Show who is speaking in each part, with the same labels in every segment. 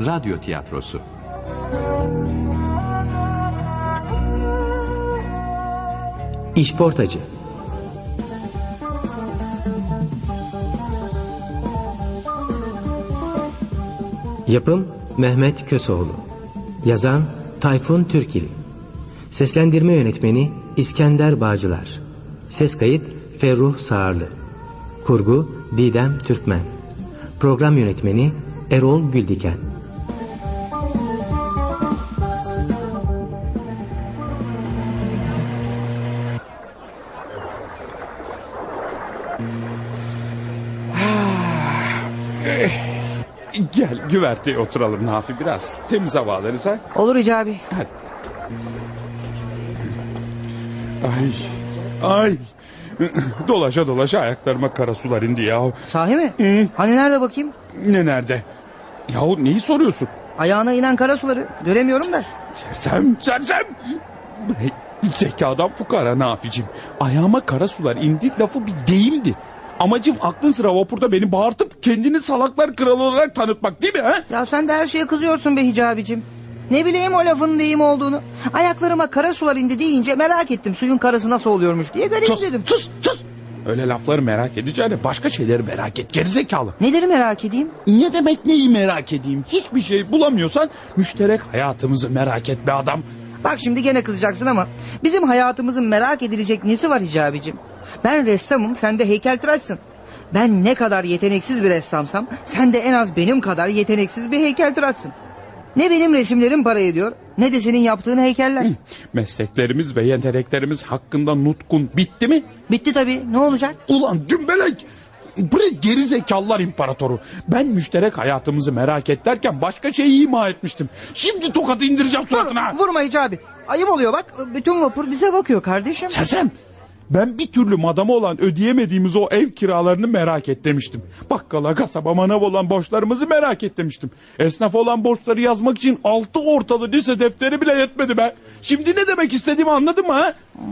Speaker 1: Radyo tiyatrosu.
Speaker 2: İşportacı. Yapım Mehmet Kösoğlu. Yazan Tayfun Türkili. Seslendirme yönetmeni İskender Bağcılar. Ses kayıt Ferruh Sağırlı. Kurgu Didem Türkmen. Program yönetmeni Erol Güldiken.
Speaker 3: Ee,
Speaker 4: Eh, Gel güverteye oturalım Nafi biraz. Temiz havalarız ha.
Speaker 5: Olur Hicri abi.
Speaker 4: Hadi. Ay. Ay. Dolaşa dolaşa ayaklarıma kara sular indi yahu.
Speaker 5: Sahi mi?
Speaker 4: Hı,
Speaker 5: Hani nerede bakayım?
Speaker 4: ne nerede? Yahu neyi soruyorsun?
Speaker 5: Ayağına inen kara suları. Göremiyorum da.
Speaker 4: Sersem sersem. Hey, Zekadan fukara Nafi'cim. Ayağıma kara sular indi lafı bir deyimdi. Amacım aklın sıra vapurda beni bağırtıp kendini salaklar kralı olarak tanıtmak değil mi? ha?
Speaker 5: Ya sen de her şeye kızıyorsun be Hicri abicim. Ne bileyim o lafın deyim olduğunu. Ayaklarıma kara sular indi deyince merak ettim suyun karası nasıl oluyormuş diye garip
Speaker 4: Sus,
Speaker 5: dedim.
Speaker 4: sus, sus. Öyle lafları merak edeceğine başka şeyleri merak et gerizekalı.
Speaker 5: Neleri merak edeyim?
Speaker 4: Ne demek neyi merak edeyim? Hiçbir şey bulamıyorsan müşterek hayatımızı merak et be adam.
Speaker 5: Bak şimdi gene kızacaksın ama bizim hayatımızın merak edilecek nesi var Hicri abicim? Ben ressamım sen de heykeltıraşsın. Ben ne kadar yeteneksiz bir ressamsam sen de en az benim kadar yeteneksiz bir heykeltıraşsın. Ne benim resimlerim para ediyor ne de senin yaptığın heykeller.
Speaker 4: Mesleklerimiz ve yeteneklerimiz hakkında nutkun bitti mi?
Speaker 5: Bitti tabii ne olacak?
Speaker 4: Ulan dümbelek! Bre gerizekalılar imparatoru. Ben müşterek hayatımızı merak et derken başka şeyi ima etmiştim. Şimdi tokadı indireceğim suratına.
Speaker 5: Vur, vurma Hicri abi. Ayıp oluyor bak bütün vapur bize bakıyor kardeşim.
Speaker 4: Sersem! Ben bir türlü madama olan ödeyemediğimiz o ev kiralarını merak et demiştim. Bakkala, kasaba, manav olan borçlarımızı merak et demiştim. Esnaf olan borçları yazmak için altı ortalı lise defteri bile yetmedi be. Şimdi ne demek istediğimi anladın mı ha?
Speaker 5: Hmm.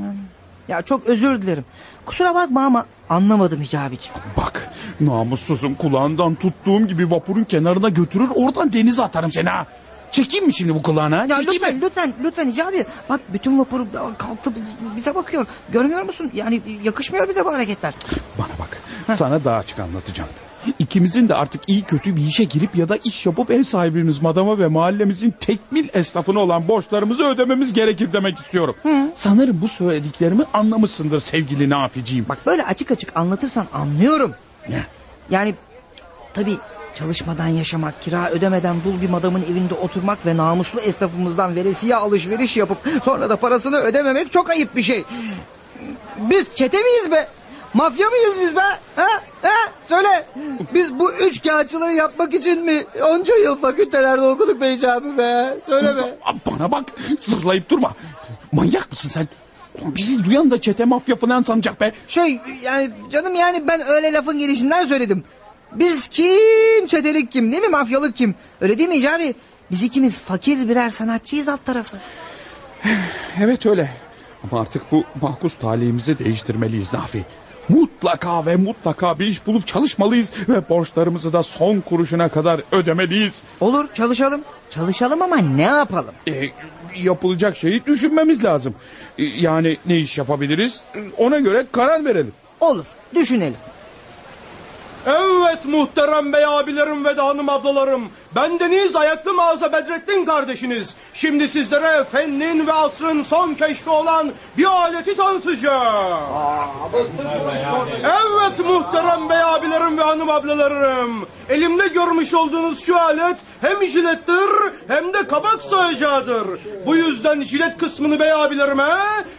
Speaker 5: Ya çok özür dilerim. Kusura bakma ama anlamadım Hicri abicim.
Speaker 4: Bak namussuzum kulağından tuttuğum gibi vapurun kenarına götürür oradan denize atarım seni ha. Çekeyim mi şimdi bu kulağına? ha?
Speaker 5: Ya
Speaker 4: Çekeyim
Speaker 5: lütfen,
Speaker 4: mi?
Speaker 5: lütfen, lütfen Hicri abi. Bak bütün vapur kalktı bize bakıyor. Görmüyor musun? Yani yakışmıyor bize bu hareketler.
Speaker 4: Bana bak. Sana daha açık anlatacağım. İkimizin de artık iyi kötü bir işe girip ya da iş yapıp ev sahibimiz madama ve mahallemizin tekmil esnafına olan borçlarımızı ödememiz gerekir demek istiyorum. Sanırım bu söylediklerimi anlamışsındır sevgili Naficiğim. Bak
Speaker 5: Bak böyle açık açık anlatırsan anlıyorum.
Speaker 4: ne?
Speaker 5: Yani tabii çalışmadan yaşamak, kira ödemeden dul bir adamın evinde oturmak ve namuslu esnafımızdan veresiye alışveriş yapıp sonra da parasını ödememek çok ayıp bir şey. Biz çete miyiz be? Mafya mıyız biz be? Ha? Ha? Söyle. Biz bu üç kağıtçılığı yapmak için mi onca yıl fakültelerde okuduk be Hicri abi be? Söyle be.
Speaker 4: Bana bak zırlayıp durma. Manyak mısın sen? Ulan Bizi duyan da çete mafya falan sanacak be.
Speaker 5: Şey yani canım yani ben öyle lafın gelişinden söyledim. Biz kim çetelik kim değil mi mafyalık kim? Öyle değil mi Hicabi? Biz ikimiz fakir birer sanatçıyız alt tarafı.
Speaker 4: Evet öyle. Ama artık bu mahkus talihimizi değiştirmeliyiz Nafi. Mutlaka ve mutlaka bir iş bulup çalışmalıyız ve borçlarımızı da son kuruşuna kadar ödemeliyiz.
Speaker 5: Olur çalışalım. Çalışalım ama ne yapalım?
Speaker 4: E, yapılacak şeyi düşünmemiz lazım. E, yani ne iş yapabiliriz E, ona göre karar verelim.
Speaker 5: Olur düşünelim.
Speaker 6: Evet muhterem bey abilerim ve de hanım ablalarım. Bendeniz ayaklı mağaza Bedrettin kardeşiniz. Şimdi sizlere fennin ve asrın son keşfi olan bir aleti tanıtacağım. Evet muhterem bey abilerim ve hanım ablalarım. Elimde görmüş olduğunuz şu alet hem jilettir hem de kabak soyacağıdır. Bu yüzden jilet kısmını bey abilerime,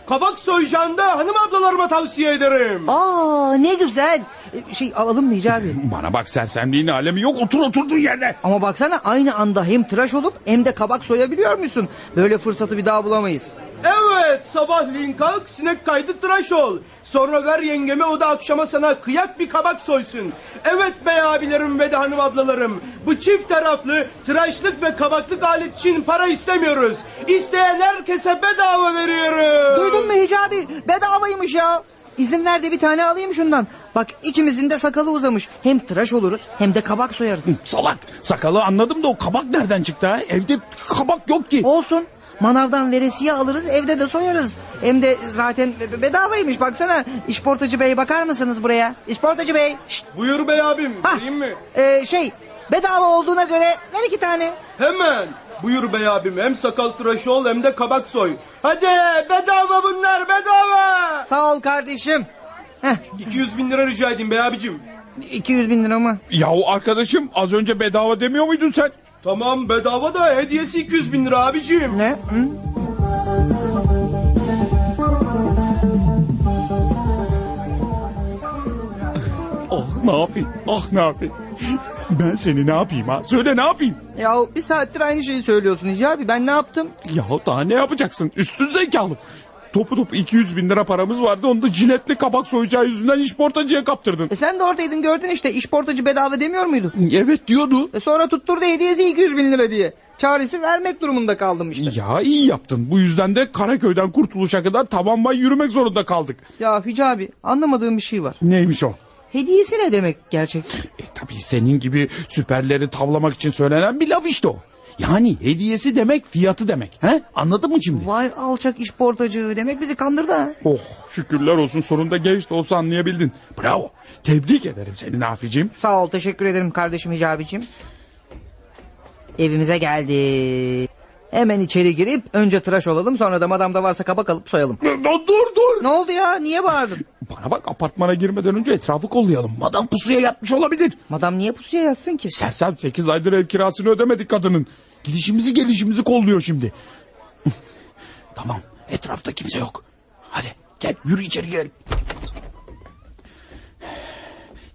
Speaker 6: kabak soyacağını da hanım ablalarıma tavsiye ederim.
Speaker 5: Aa ne güzel. Ee, Şey alalım mı Hicabi?
Speaker 4: Bana bak sersemliğin alemi yok otur oturduğun yerde.
Speaker 5: Ama baksana aynı anda hem tıraş olup hem de kabak soyabiliyor musun? Böyle fırsatı bir daha bulamayız.
Speaker 6: Evet sabahleyin kalk sinek kaydı tıraş ol. Sonra ver yengeme o da akşama sana kıyak bir kabak soysun. Evet bey abilerim ve de hanım ablalarım. Bu çift taraflı tıraşlık ve kabaklık alet için para istemiyoruz. İsteyen herkese bedava veriyoruz.
Speaker 5: Duydun mu Hicabi? Bedavaymış ya. İzin ver de bir tane alayım şundan. Bak ikimizin de sakalı uzamış. Hem tıraş oluruz hem de kabak soyarız.
Speaker 4: Salak. Sakalı anladım da o kabak nereden çıktı ha? Evde kabak yok ki.
Speaker 5: Olsun. Manavdan veresiye alırız evde de soyarız. Hem de zaten be- bedavaymış baksana. İşportacı bey bakar mısınız buraya? İşportacı bey. Şşt,
Speaker 6: Buyur bey abim.
Speaker 5: Ha.
Speaker 6: Vereyim mi?
Speaker 5: e, şey bedava olduğuna göre ver iki tane.
Speaker 6: Hemen. Buyur bey abim. Hem sakal tıraşı ol hem de kabak soy. Hadi bedava bunlar bedava.
Speaker 5: Sağ ol kardeşim. Heh,
Speaker 6: 200 bin lira rica edeyim bey abicim.
Speaker 5: 200 bin lira mı?
Speaker 4: Yahu arkadaşım az önce bedava demiyor muydun sen?
Speaker 6: Tamam bedava da hediyesi 200 bin lira abicim.
Speaker 5: Ne? Hı?
Speaker 4: Ah ne yapayım? Ah ne yapayım? Ben seni ne yapayım ha? Söyle ne yapayım?
Speaker 5: Ya bir saattir aynı şeyi söylüyorsun Hicabi abi. Ben ne yaptım?
Speaker 4: Yahu daha ne yapacaksın? Üstün zekalı. Topu topu 200 bin lira paramız vardı. Onu da ciletli kabak soyacağı yüzünden işportacıya kaptırdın.
Speaker 5: E sen de oradaydın gördün işte işportacı bedava demiyor muydu?
Speaker 4: Evet diyordu.
Speaker 5: E sonra tutturdu hediyesi 200 bin lira diye. Çaresi vermek durumunda kaldım işte.
Speaker 4: Ya iyi yaptın. Bu yüzden de Karaköy'den kurtuluşa kadar tabanma yürümek zorunda kaldık.
Speaker 5: Ya Hüca abi anlamadığım bir şey var.
Speaker 4: Neymiş o?
Speaker 5: Hediyesi ne demek gerçekten?
Speaker 4: E tabii senin gibi süperleri tavlamak için söylenen bir laf işte o. Yani hediyesi demek fiyatı demek. He? Anladın mı şimdi?
Speaker 5: Vay alçak işportacı demek bizi kandırdı ha.
Speaker 4: Oh şükürler olsun sonunda geç de olsa anlayabildin. Bravo. Tebrik ederim seni Naficim.
Speaker 5: Sağ ol teşekkür ederim kardeşim Hüca abicim. Evimize geldi. Hemen içeri girip önce tıraş olalım sonra da madamda varsa kabak alıp soyalım.
Speaker 4: Dur dur.
Speaker 5: Ne oldu ya niye bağırdın?
Speaker 4: Bana bak apartmana girmeden önce etrafı kollayalım. Madam pusuya yatmış olabilir.
Speaker 5: Madam niye pusuya yatsın ki?
Speaker 4: Sersem 8 aydır ev kirasını ödemedik kadının. Gidişimizi gelişimizi kolluyor şimdi. tamam etrafta kimse yok. Hadi gel yürü içeri girelim.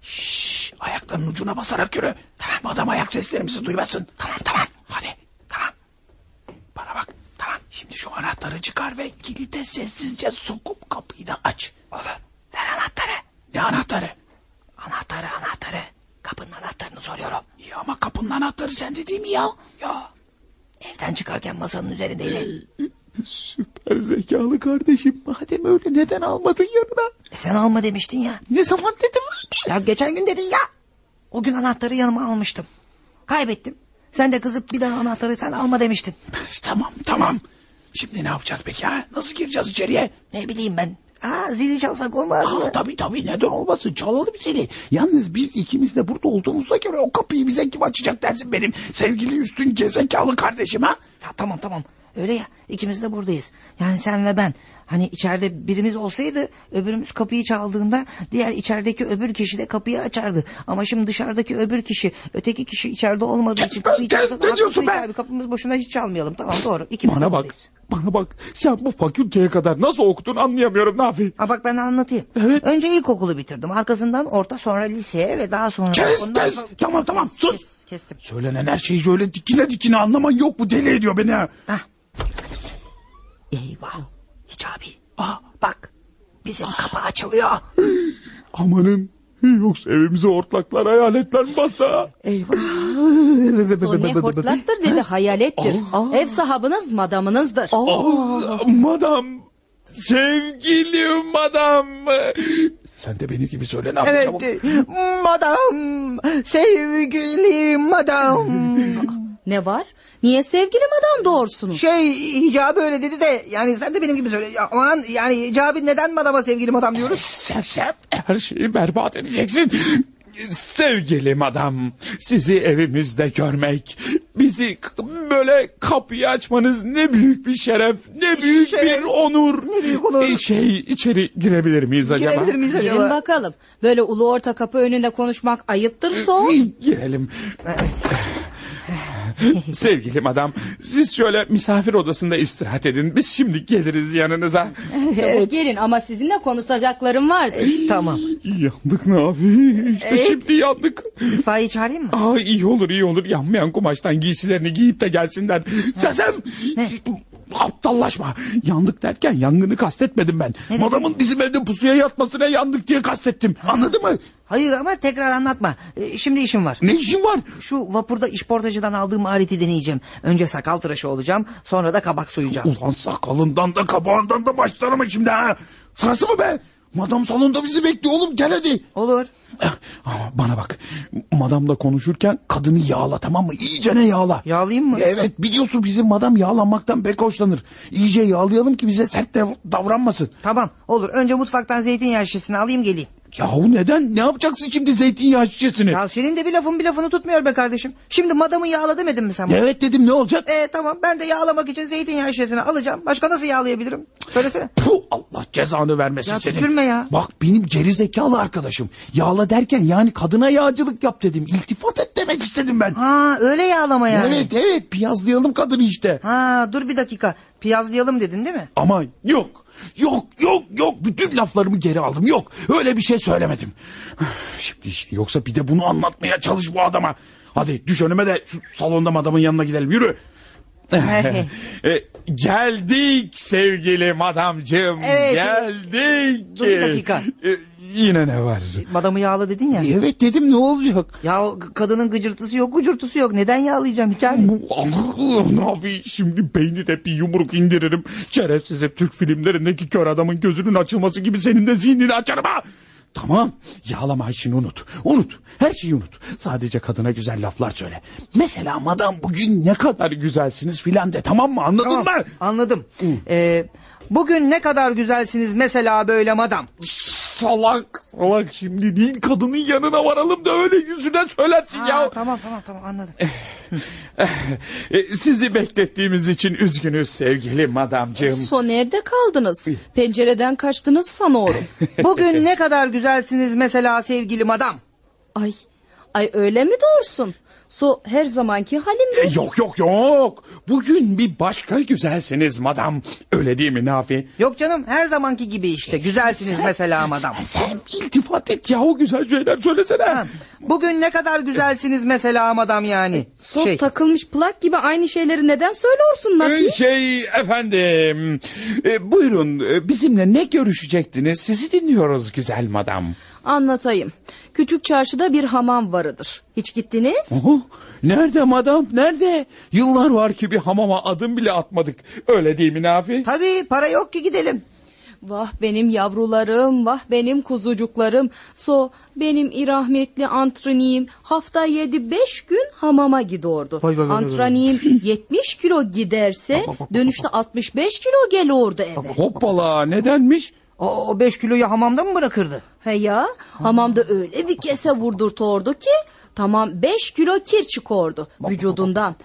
Speaker 4: Şşş ayaklarının ucuna basarak yürü. Tamam adam ayak seslerimizi duymasın. Tamam tamam hadi tamam. Bana bak tamam şimdi şu anahtarı çıkar ve kilide sessizce sokup kapıyı da aç. Olur ver anahtarı. Ne anahtarı? Anahtarı anahtarı. Kapının anahtarını soruyorum. İyi ama kapının anahtarı sende değil mi ya? Ya. Evden çıkarken masanın üzerindeydi. Süper zekalı kardeşim. Madem öyle neden almadın yanına?
Speaker 5: E sen alma demiştin ya.
Speaker 4: Ne zaman dedim?
Speaker 5: Ya geçen gün dedin ya. O gün anahtarı yanıma almıştım. Kaybettim. Sen de kızıp bir daha anahtarı sen alma demiştin.
Speaker 4: Tamam tamam. Şimdi ne yapacağız peki ha? Nasıl gireceğiz içeriye?
Speaker 5: Ne bileyim ben. Aa zili çalsak olmaz mı?
Speaker 4: Aa, tabii tabii neden olmasın çalalım seni. Yalnız biz ikimiz de burada olduğumuza göre o kapıyı bize kim açacak dersin benim sevgili üstün gezekalı kardeşim ha?
Speaker 5: Ya tamam tamam. Öyle ya ikimiz de buradayız. Yani sen ve ben. Hani içeride birimiz olsaydı öbürümüz kapıyı çaldığında diğer içerideki öbür kişi de kapıyı açardı. Ama şimdi dışarıdaki öbür kişi öteki kişi içeride olmadığı için
Speaker 4: Kes-
Speaker 5: kapıyı
Speaker 4: kes-
Speaker 5: çalsa da
Speaker 4: ne
Speaker 5: haklısın
Speaker 4: diyorsun be?
Speaker 5: abi. Kapımız boşuna hiç çalmayalım. Tamam doğru. İkimiz de
Speaker 4: Bana bak.
Speaker 5: buradayız.
Speaker 4: Bana bak. Sen bu fakülteye kadar nasıl okudun anlayamıyorum ne yapayım?
Speaker 5: Ha bak ben anlatayım.
Speaker 4: Evet.
Speaker 5: Önce ilkokulu bitirdim. Arkasından orta sonra liseye ve daha sonra...
Speaker 4: Kes,
Speaker 5: Ondan
Speaker 4: kes. Tamam, tamam,
Speaker 5: Kes,
Speaker 4: sus.
Speaker 5: kes, Kestim.
Speaker 4: Söylenen her şeyi şöyle dikine dikine anlaman yok bu deli ediyor beni ha.
Speaker 5: Hah. Ah. Eyvah. Hicabi. Aa,
Speaker 4: Ah.
Speaker 5: bak. Bizim kapı açılıyor.
Speaker 4: Amanın. Yoksa evimize ortlaklar hayaletler mi bastı ha?
Speaker 5: Eyvah.
Speaker 7: O ne hortlaktır dedi hayalettir.
Speaker 5: Aa.
Speaker 7: Ev sahabınız madamınızdır.
Speaker 4: Ah, madam. Sevgili madam. Sen de benim gibi söyle ne yapayım çabuk.
Speaker 5: Evet. e, Madam. Sevgili madam.
Speaker 7: Ne var? Niye sevgili madam doğursunuz?
Speaker 5: Şey Hicabi öyle dedi de yani sen de benim gibi söyle. Ya, Aman yani Hicabi neden madama sevgili madam diyoruz?
Speaker 4: Sersem her şeyi berbat edeceksin. Sevgili madam, sizi evimizde görmek, bizi k- böyle kapıyı açmanız ne büyük bir şeref, ne büyük
Speaker 5: Şeref,
Speaker 4: bir onur.
Speaker 5: ne büyük onur.
Speaker 4: Ee, Şey, içeri girebilir miyiz acaba?
Speaker 5: Girebilir miyiz
Speaker 7: Girin
Speaker 5: acaba?
Speaker 7: bakalım. Böyle ulu orta kapı önünde konuşmak ayıptır soğuk.
Speaker 4: İyi, Girelim. Sevgili madam, siz şöyle misafir odasında istirahat edin. Biz şimdi geliriz yanınıza.
Speaker 7: Çabuk gelin ama sizinle konuşacaklarım vardır.
Speaker 5: Tamam.
Speaker 4: Yandık ne abi? İşte
Speaker 5: Evet.
Speaker 4: şimdi yandık.
Speaker 5: İtfaiye çağırayım mı?
Speaker 4: Aa iyi olur iyi olur yanmayan kumaştan giysilerini giyip de gelsinler. Sesem aptallaşma. Yandık derken yangını kastetmedim ben.
Speaker 5: dedin?
Speaker 4: Madamın bizim evde pusuya yatmasına yandık diye kastettim. Anladın mı?
Speaker 5: Hayır ama tekrar anlatma. Ee, Şimdi işim var.
Speaker 4: Ne işin var?
Speaker 5: Şu vapurda işportacıdan aldığım aleti deneyeceğim. Önce sakal tıraşı olacağım. Sonra da kabak soyacağım.
Speaker 4: Ulan sakalından da kabağından da başlarım şimdi ha. Sırası mı be? Madam salonda bizi bekliyor oğlum gel hadi.
Speaker 5: Olur.
Speaker 4: Eh, ama Bana bak. Madamla konuşurken kadını yağla tamam mı? İyicene yağla.
Speaker 5: Yağlayayım mı?
Speaker 4: Evet biliyorsun bizim madam yağlanmaktan pek hoşlanır. İyice yağlayalım ki bize sert de davranmasın.
Speaker 5: Tamam olur. Önce mutfaktan zeytinyağı şişesini alayım geleyim.
Speaker 4: Yahu neden? Ne yapacaksın şimdi zeytinyağı şişesini?
Speaker 5: Ya senin de bir lafın bir lafını tutmuyor be kardeşim. Şimdi madamı yağla demedin mi sen bana?
Speaker 4: Evet dedim ne olacak?
Speaker 5: Ee, tamam ben de yağlamak için zeytinyağı şişesini alacağım. Başka nasıl yağlayabilirim? Söylesene.
Speaker 4: Puh, Allah cezanı vermesin
Speaker 5: Ya
Speaker 4: senin.
Speaker 5: tükürme ya.
Speaker 4: Bak benim geri zekalı arkadaşım. Yağla derken yani kadına yağcılık yap dedim. İltifat et demek istedim ben.
Speaker 5: Ha öyle yağlama yani.
Speaker 4: Evet evet piyazlayalım kadını işte.
Speaker 5: Ha dur bir dakika. Piyazlayalım dedin değil mi?
Speaker 4: Ama yok. Yok yok yok bütün laflarımı geri aldım yok öyle bir şey söylemedim. Şimdi işte yoksa bir de bunu anlatmaya çalış bu adama. Hadi düş önüme de şu salonda adamın yanına gidelim yürü. E, geldik sevgili madamcığım
Speaker 5: Evet,
Speaker 4: geldik.
Speaker 5: Dur bir dakika.
Speaker 4: E, yine ne var?
Speaker 5: E, Madamı yağla dedin ya.
Speaker 4: Evet dedim ne olacak?
Speaker 5: Ya kadının gıcırtısı yok gıcırtısı yok. Neden yağlayacağım hiç abi?
Speaker 4: ne yapayım şimdi beynine bir yumruk indiririm. Şerefsize Türk filmlerindeki kör adamın gözünün açılması gibi senin de zihnini açarım ha. Tamam yağlama işini unut. Unut her şeyi unut. Sadece kadına güzel laflar söyle. Mesela madam bugün ne kadar güzelsiniz filan de tamam mı anladın
Speaker 5: Tamam,
Speaker 4: mı?
Speaker 5: anladım. Ee, bugün ne kadar güzelsiniz mesela böyle madam.
Speaker 4: Salak salak şimdi değil kadının yanına varalım da öyle yüzüne söylersin
Speaker 5: Ha,
Speaker 4: ya.
Speaker 5: tamam tamam tamam anladım.
Speaker 4: E, Sizi beklettiğimiz için üzgünüz sevgili madamcığım.
Speaker 7: So nerede kaldınız? Pencereden kaçtınız sanıyorum.
Speaker 5: Bugün ne kadar güzelsiniz mesela sevgili madam.
Speaker 7: Ay, ay öyle mi doğursun? So her zamanki halimdir.
Speaker 4: E, Yok yok yok. Bugün bir başka güzelsiniz madam. Öyle değil mi Nafi? E,
Speaker 5: Yok canım her zamanki gibi işte güzelsiniz mesela madam.
Speaker 4: Sen, sen iltifat et yahu güzel şeyler söylesene.
Speaker 5: Ha, Bugün ne kadar güzelsiniz mesela madam yani.
Speaker 7: So
Speaker 5: Şey,
Speaker 7: takılmış plak gibi aynı şeyleri neden söylüyorsun Nafi?
Speaker 4: Ee, Şey efendim e, buyurun e, bizimle ne görüşecektiniz sizi dinliyoruz güzel madam.
Speaker 7: Anlatayım. Küçük çarşıda bir hamam varıdır. Hiç gittiniz?
Speaker 4: Oho, Oh, nerede madam nerede? Yıllar var ki bir hamama adım bile atmadık öyle değil mi Nafi?
Speaker 5: tabii para yok ki gidelim.
Speaker 7: Vah benim yavrularım, vah benim kuzucuklarım. So benim irahmetli antreniğim hafta yedi beş gün hamama gidiyordu.
Speaker 4: Vay, vay, vay, vay, vay.
Speaker 7: Antreniğim 70 kilo giderse dönüşte 65 kilo geliyordu eve.
Speaker 4: Hoppala nedenmiş?
Speaker 5: O, o beş kiloyu hamamda mı bırakırdı?
Speaker 7: He ya hamamda öyle bir kese vurdurtordu ki tamam 5 kilo kir çıkordu vücudundan.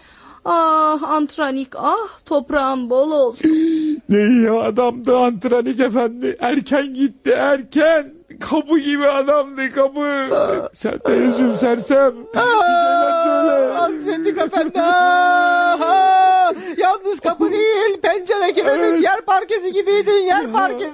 Speaker 7: Ah antranik ah toprağın bol olsun.
Speaker 4: Ne iyi adamdı antrenik efendi. Erken gitti erken. Kapı gibi adamdı kapı. Sen de yüzüm sersem. Bir şeyler söyle.
Speaker 5: efendi. Yalnız kapı değil pencere
Speaker 4: kiremit,
Speaker 5: yer parkesi gibiydin yer parkesi.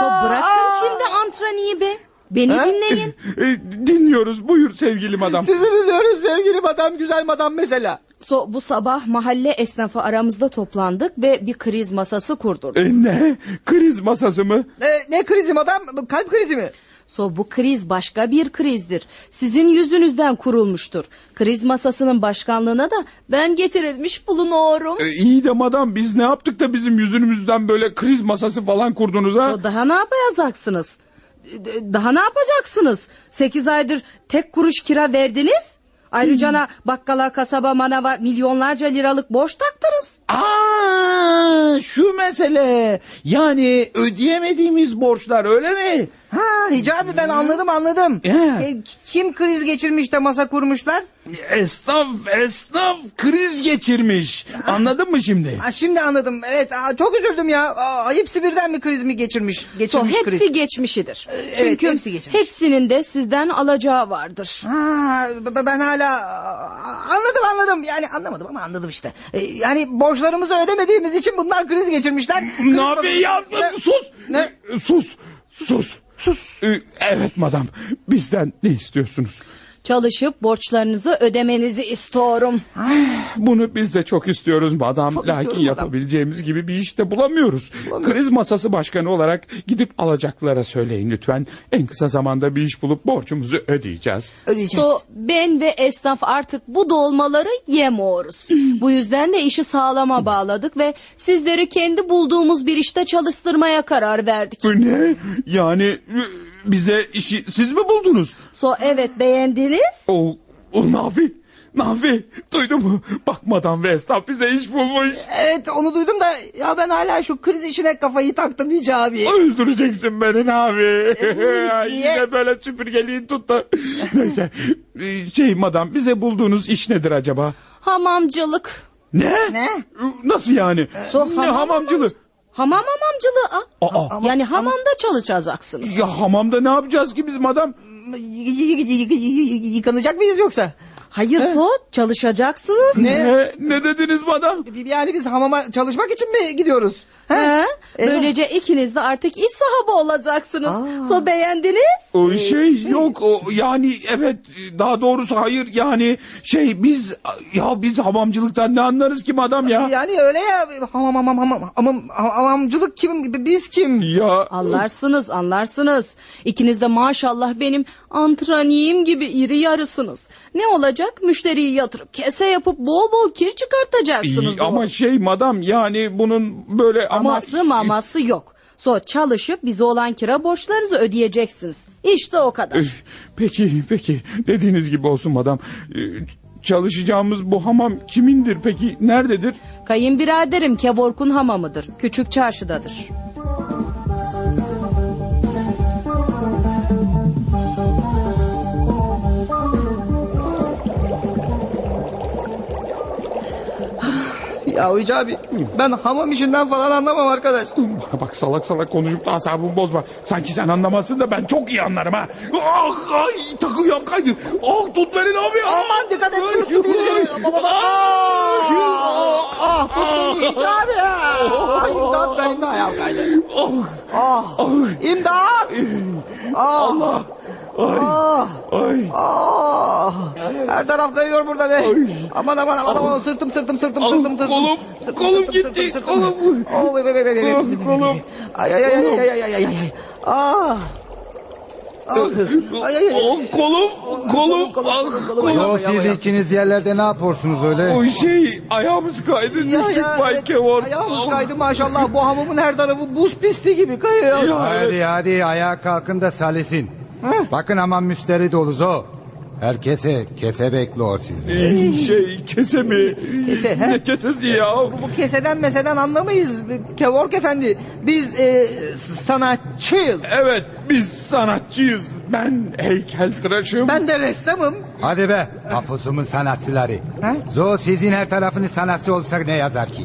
Speaker 7: So bırakın şimdi antraniği be. Beni
Speaker 5: Ha?
Speaker 7: dinleyin.
Speaker 4: E, Dinliyoruz buyur sevgili madam.
Speaker 5: Sizi dinliyoruz sevgili madam güzel madam mesela.
Speaker 7: So, bu sabah mahalle esnafı aramızda toplandık ve bir kriz masası kurduk.
Speaker 4: E, ne? Kriz masası mı?
Speaker 5: Ee, ne krizi madam? Kalp krizi mi?
Speaker 7: So bu kriz başka bir krizdir. Sizin yüzünüzden kurulmuştur. Kriz masasının başkanlığına da ben getirilmiş bulunuyorum.
Speaker 4: E, iyi de madam biz ne yaptık da bizim yüzümüzden böyle kriz masası falan kurdunuz ha?
Speaker 7: So daha ne yapacaksınız? D- Daha ne yapacaksınız? Sekiz aydır tek kuruş kira verdiniz.
Speaker 4: Hmm.
Speaker 7: Ayrıca na bakkala, kasaba, manava milyonlarca liralık borç taktınız.
Speaker 4: Aa, şu mesele. Yani ödeyemediğimiz borçlar öyle mi?
Speaker 5: Ha Hicabi ben anladım anladım.
Speaker 4: Ya.
Speaker 5: E, Kim kriz geçirmiş de masa kurmuşlar?
Speaker 4: Esnaf, esnaf kriz geçirmiş. Anladın mı şimdi?
Speaker 5: Ha, şimdi anladım. Evet aa, çok üzüldüm ya. Aa, hepsi birden mi kriz mi geçirmiş?
Speaker 7: So
Speaker 5: Geçirmiş
Speaker 7: hepsi
Speaker 5: kriz.
Speaker 7: geçmişidir.
Speaker 5: evet,
Speaker 7: Çünkü
Speaker 5: hepsi geçirmiş.
Speaker 7: hepsinin de sizden alacağı vardır.
Speaker 5: Ha, b- b- ben hala aa, anladım anladım. Yani anlamadım ama anladım işte. E, yani borçlarımızı ödemediğimiz için bunlar kriz geçirmişler.
Speaker 4: Ne yapayım ya?
Speaker 5: Ne-
Speaker 4: Sus.
Speaker 5: Ne?
Speaker 4: E, Sus. Sus. Sus. Evet madam. Bizden ne istiyorsunuz?
Speaker 7: Çalışıp borçlarınızı ödemenizi istiyorum.
Speaker 4: Bunu biz de çok istiyoruz madam.
Speaker 3: Çok
Speaker 4: Lakin
Speaker 3: istiyorum madam.
Speaker 4: yapabileceğimiz gibi bir iş de bulamıyoruz. Kriz masası başkanı olarak gidip alacaklara söyleyin lütfen. En kısa zamanda bir iş bulup borcumuzu ödeyeceğiz.
Speaker 3: Ödeyeceğiz.
Speaker 7: So, ben ve esnaf artık bu dolmaları yemiyoruz.
Speaker 4: Hmm.
Speaker 7: bu yüzden de işi sağlama bağladık ve sizleri kendi bulduğumuz bir işte çalıştırmaya karar verdik.
Speaker 4: Bu Ne? Yani e, bize işi siz mi buldunuz?
Speaker 7: So evet beğendiniz.
Speaker 4: O, o Nafi. Nafi duydun mu? Bakmadan ve esnaf bize iş bulmuş.
Speaker 3: Evet onu duydum da ya ben hala şu kriz işine kafayı taktım Hicabi.
Speaker 4: Öldüreceksin beni Nafi.
Speaker 3: niye?
Speaker 4: Yine böyle süpürgeliği tuttu. Neyse e, şey madam bize bulduğunuz iş nedir acaba?
Speaker 7: Hamamcılık.
Speaker 4: Ne? E,
Speaker 3: Ne?
Speaker 4: Nasıl yani?
Speaker 7: So,
Speaker 4: ne
Speaker 7: Ee, hamam
Speaker 4: hamamcılığı?
Speaker 7: Hamam hamamcılığı. ha?
Speaker 4: Aa,
Speaker 3: Ama-
Speaker 7: yani hamamda çalışacaksınız.
Speaker 4: ya hamamda ne yapacağız ki biz madam?
Speaker 3: Y- y- y- y- y- yıkanacak mıyız yoksa?
Speaker 7: Hayır so çalışacaksınız.
Speaker 3: Ne?
Speaker 4: Ne, ne dediniz madam?
Speaker 3: Yani biz hamama çalışmak için mi gidiyoruz? He?
Speaker 7: Ha?
Speaker 3: Eyvah.
Speaker 7: Böylece ikiniz de artık iş sahibi olacaksınız.
Speaker 3: Aa.
Speaker 7: So beğendiniz.
Speaker 4: O şey yok o yani evet daha doğrusu hayır yani şey biz ya biz hamamcılıktan ne anlarız ki madam ya?
Speaker 3: Yani öyle ya hamam hamam hamam hamam hamamcılık kim biz kim?
Speaker 4: Ya
Speaker 7: Anlarsınız anlarsınız. İkiniz de maşallah benim antreniyim gibi iri yarısınız. Ne olacak müşteriyi yatırıp kese yapıp bol bol kir çıkartacaksınız.
Speaker 4: İyi, ama şey madam yani bunun böyle ama
Speaker 7: Aması maması yok. So çalışıp bize olan kira borçlarınızı ödeyeceksiniz. İşte o kadar.
Speaker 4: Üf, Peki peki dediğiniz gibi olsun madam. Ee, Çalışacağımız bu hamam kimindir peki nerededir?
Speaker 7: Kayınbiraderim Kevork'un hamamıdır. Küçük çarşıdadır.
Speaker 3: Ya Hicabi ben hamam işinden falan anlamam arkadaş.
Speaker 4: Bana bak salak salak konuşup da asabımı bozma. Sanki sen anlamazsın da ben çok iyi anlarım ha. Ah ay takıyam kaydı. Ah tut beni ne yapıyor?
Speaker 3: Aman dikkat et. dur, dur, dur. Baba, baba. Ah, ah, tut beni Hicabi. Ah, İmdat benim de ayağım kaydı.
Speaker 4: Ah,
Speaker 3: Ah,
Speaker 4: Ay.
Speaker 3: imdat. Ah,
Speaker 4: Allah. Ay.
Speaker 3: ah,
Speaker 4: Ay.
Speaker 3: ah. Her taraf kayıyor burada be.
Speaker 4: Ay.
Speaker 3: Aman aman aman aman sırtım sırtım sırtım
Speaker 4: Al,
Speaker 3: sırtım sırtım.
Speaker 4: kolum,
Speaker 3: Sırtım,
Speaker 4: kolum
Speaker 3: sırtım,
Speaker 4: gitti,
Speaker 3: sırtım, sırtım.
Speaker 4: kolum.
Speaker 3: Oh, be, be, be, be, be.
Speaker 4: Ah, kolum.
Speaker 3: Ay ay ay ay
Speaker 4: Kolum.
Speaker 3: ay ay ay ay, ay. Ah. Ah. Ay ay ay.
Speaker 4: Ah, kolum, kolum, ah, kolum.
Speaker 8: Yo siz ikiniz yerlerde ne yapıyorsunuz öyle?
Speaker 4: O şey ayağımız kaydı
Speaker 3: Ya,
Speaker 4: düştük
Speaker 3: ya,
Speaker 4: Bay
Speaker 3: evet.
Speaker 4: Kevon.
Speaker 3: Ayağımız kaydı maşallah. Bu hamamın her tarafı buz pisti gibi kayıyor.
Speaker 4: Ya,
Speaker 8: Hadi
Speaker 4: evet.
Speaker 8: hadi ayağa kalkın da salisin.
Speaker 3: Heh.
Speaker 8: Bakın aman müsteri doluz o. Herkese kese bekliyor sizi.
Speaker 4: Ee, Şey kese mi?
Speaker 3: Kese, he?
Speaker 4: Ne kesesi ya?
Speaker 3: Bu keseden meseden anlamayız. Kevork efendi. Biz e, sanatçıyız.
Speaker 4: Evet biz sanatçıyız. Ben heykeltıraşım.
Speaker 3: Ben de ressamım.
Speaker 8: Hadi be hapuzumun sanatçıları.
Speaker 3: Ha?
Speaker 8: Zo sizin her tarafınız sanatçı olsa ne yazar ki?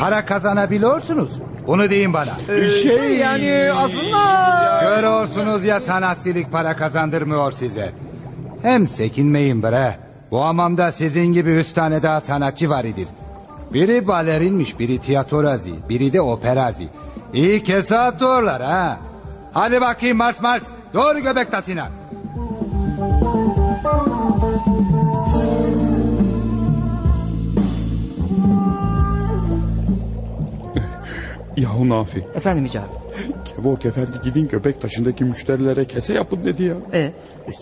Speaker 8: Para kazanabiliyorsunuz. Bunu deyin bana.
Speaker 3: Ee,
Speaker 4: Şey-
Speaker 3: yani aslında...
Speaker 8: Görüyorsunuz ya sanatçılık para kazandırmıyor size. Hem sekinmeyin bre. Bu hamamda sizin gibi üç tane daha sanatçı var idi. Biri balerinmiş, biri tiyatrorazi, biri de operazi. İyi kese atıyorlar ha. Hadi bakayım Mars Mars. Doğru göbek tasına.
Speaker 4: Yahu Nafi.
Speaker 3: Efendim Hicabi.
Speaker 4: Kevork efendi gidin göbek taşındaki müşterilere kese yapın dedi ya.
Speaker 3: E,
Speaker 4: E,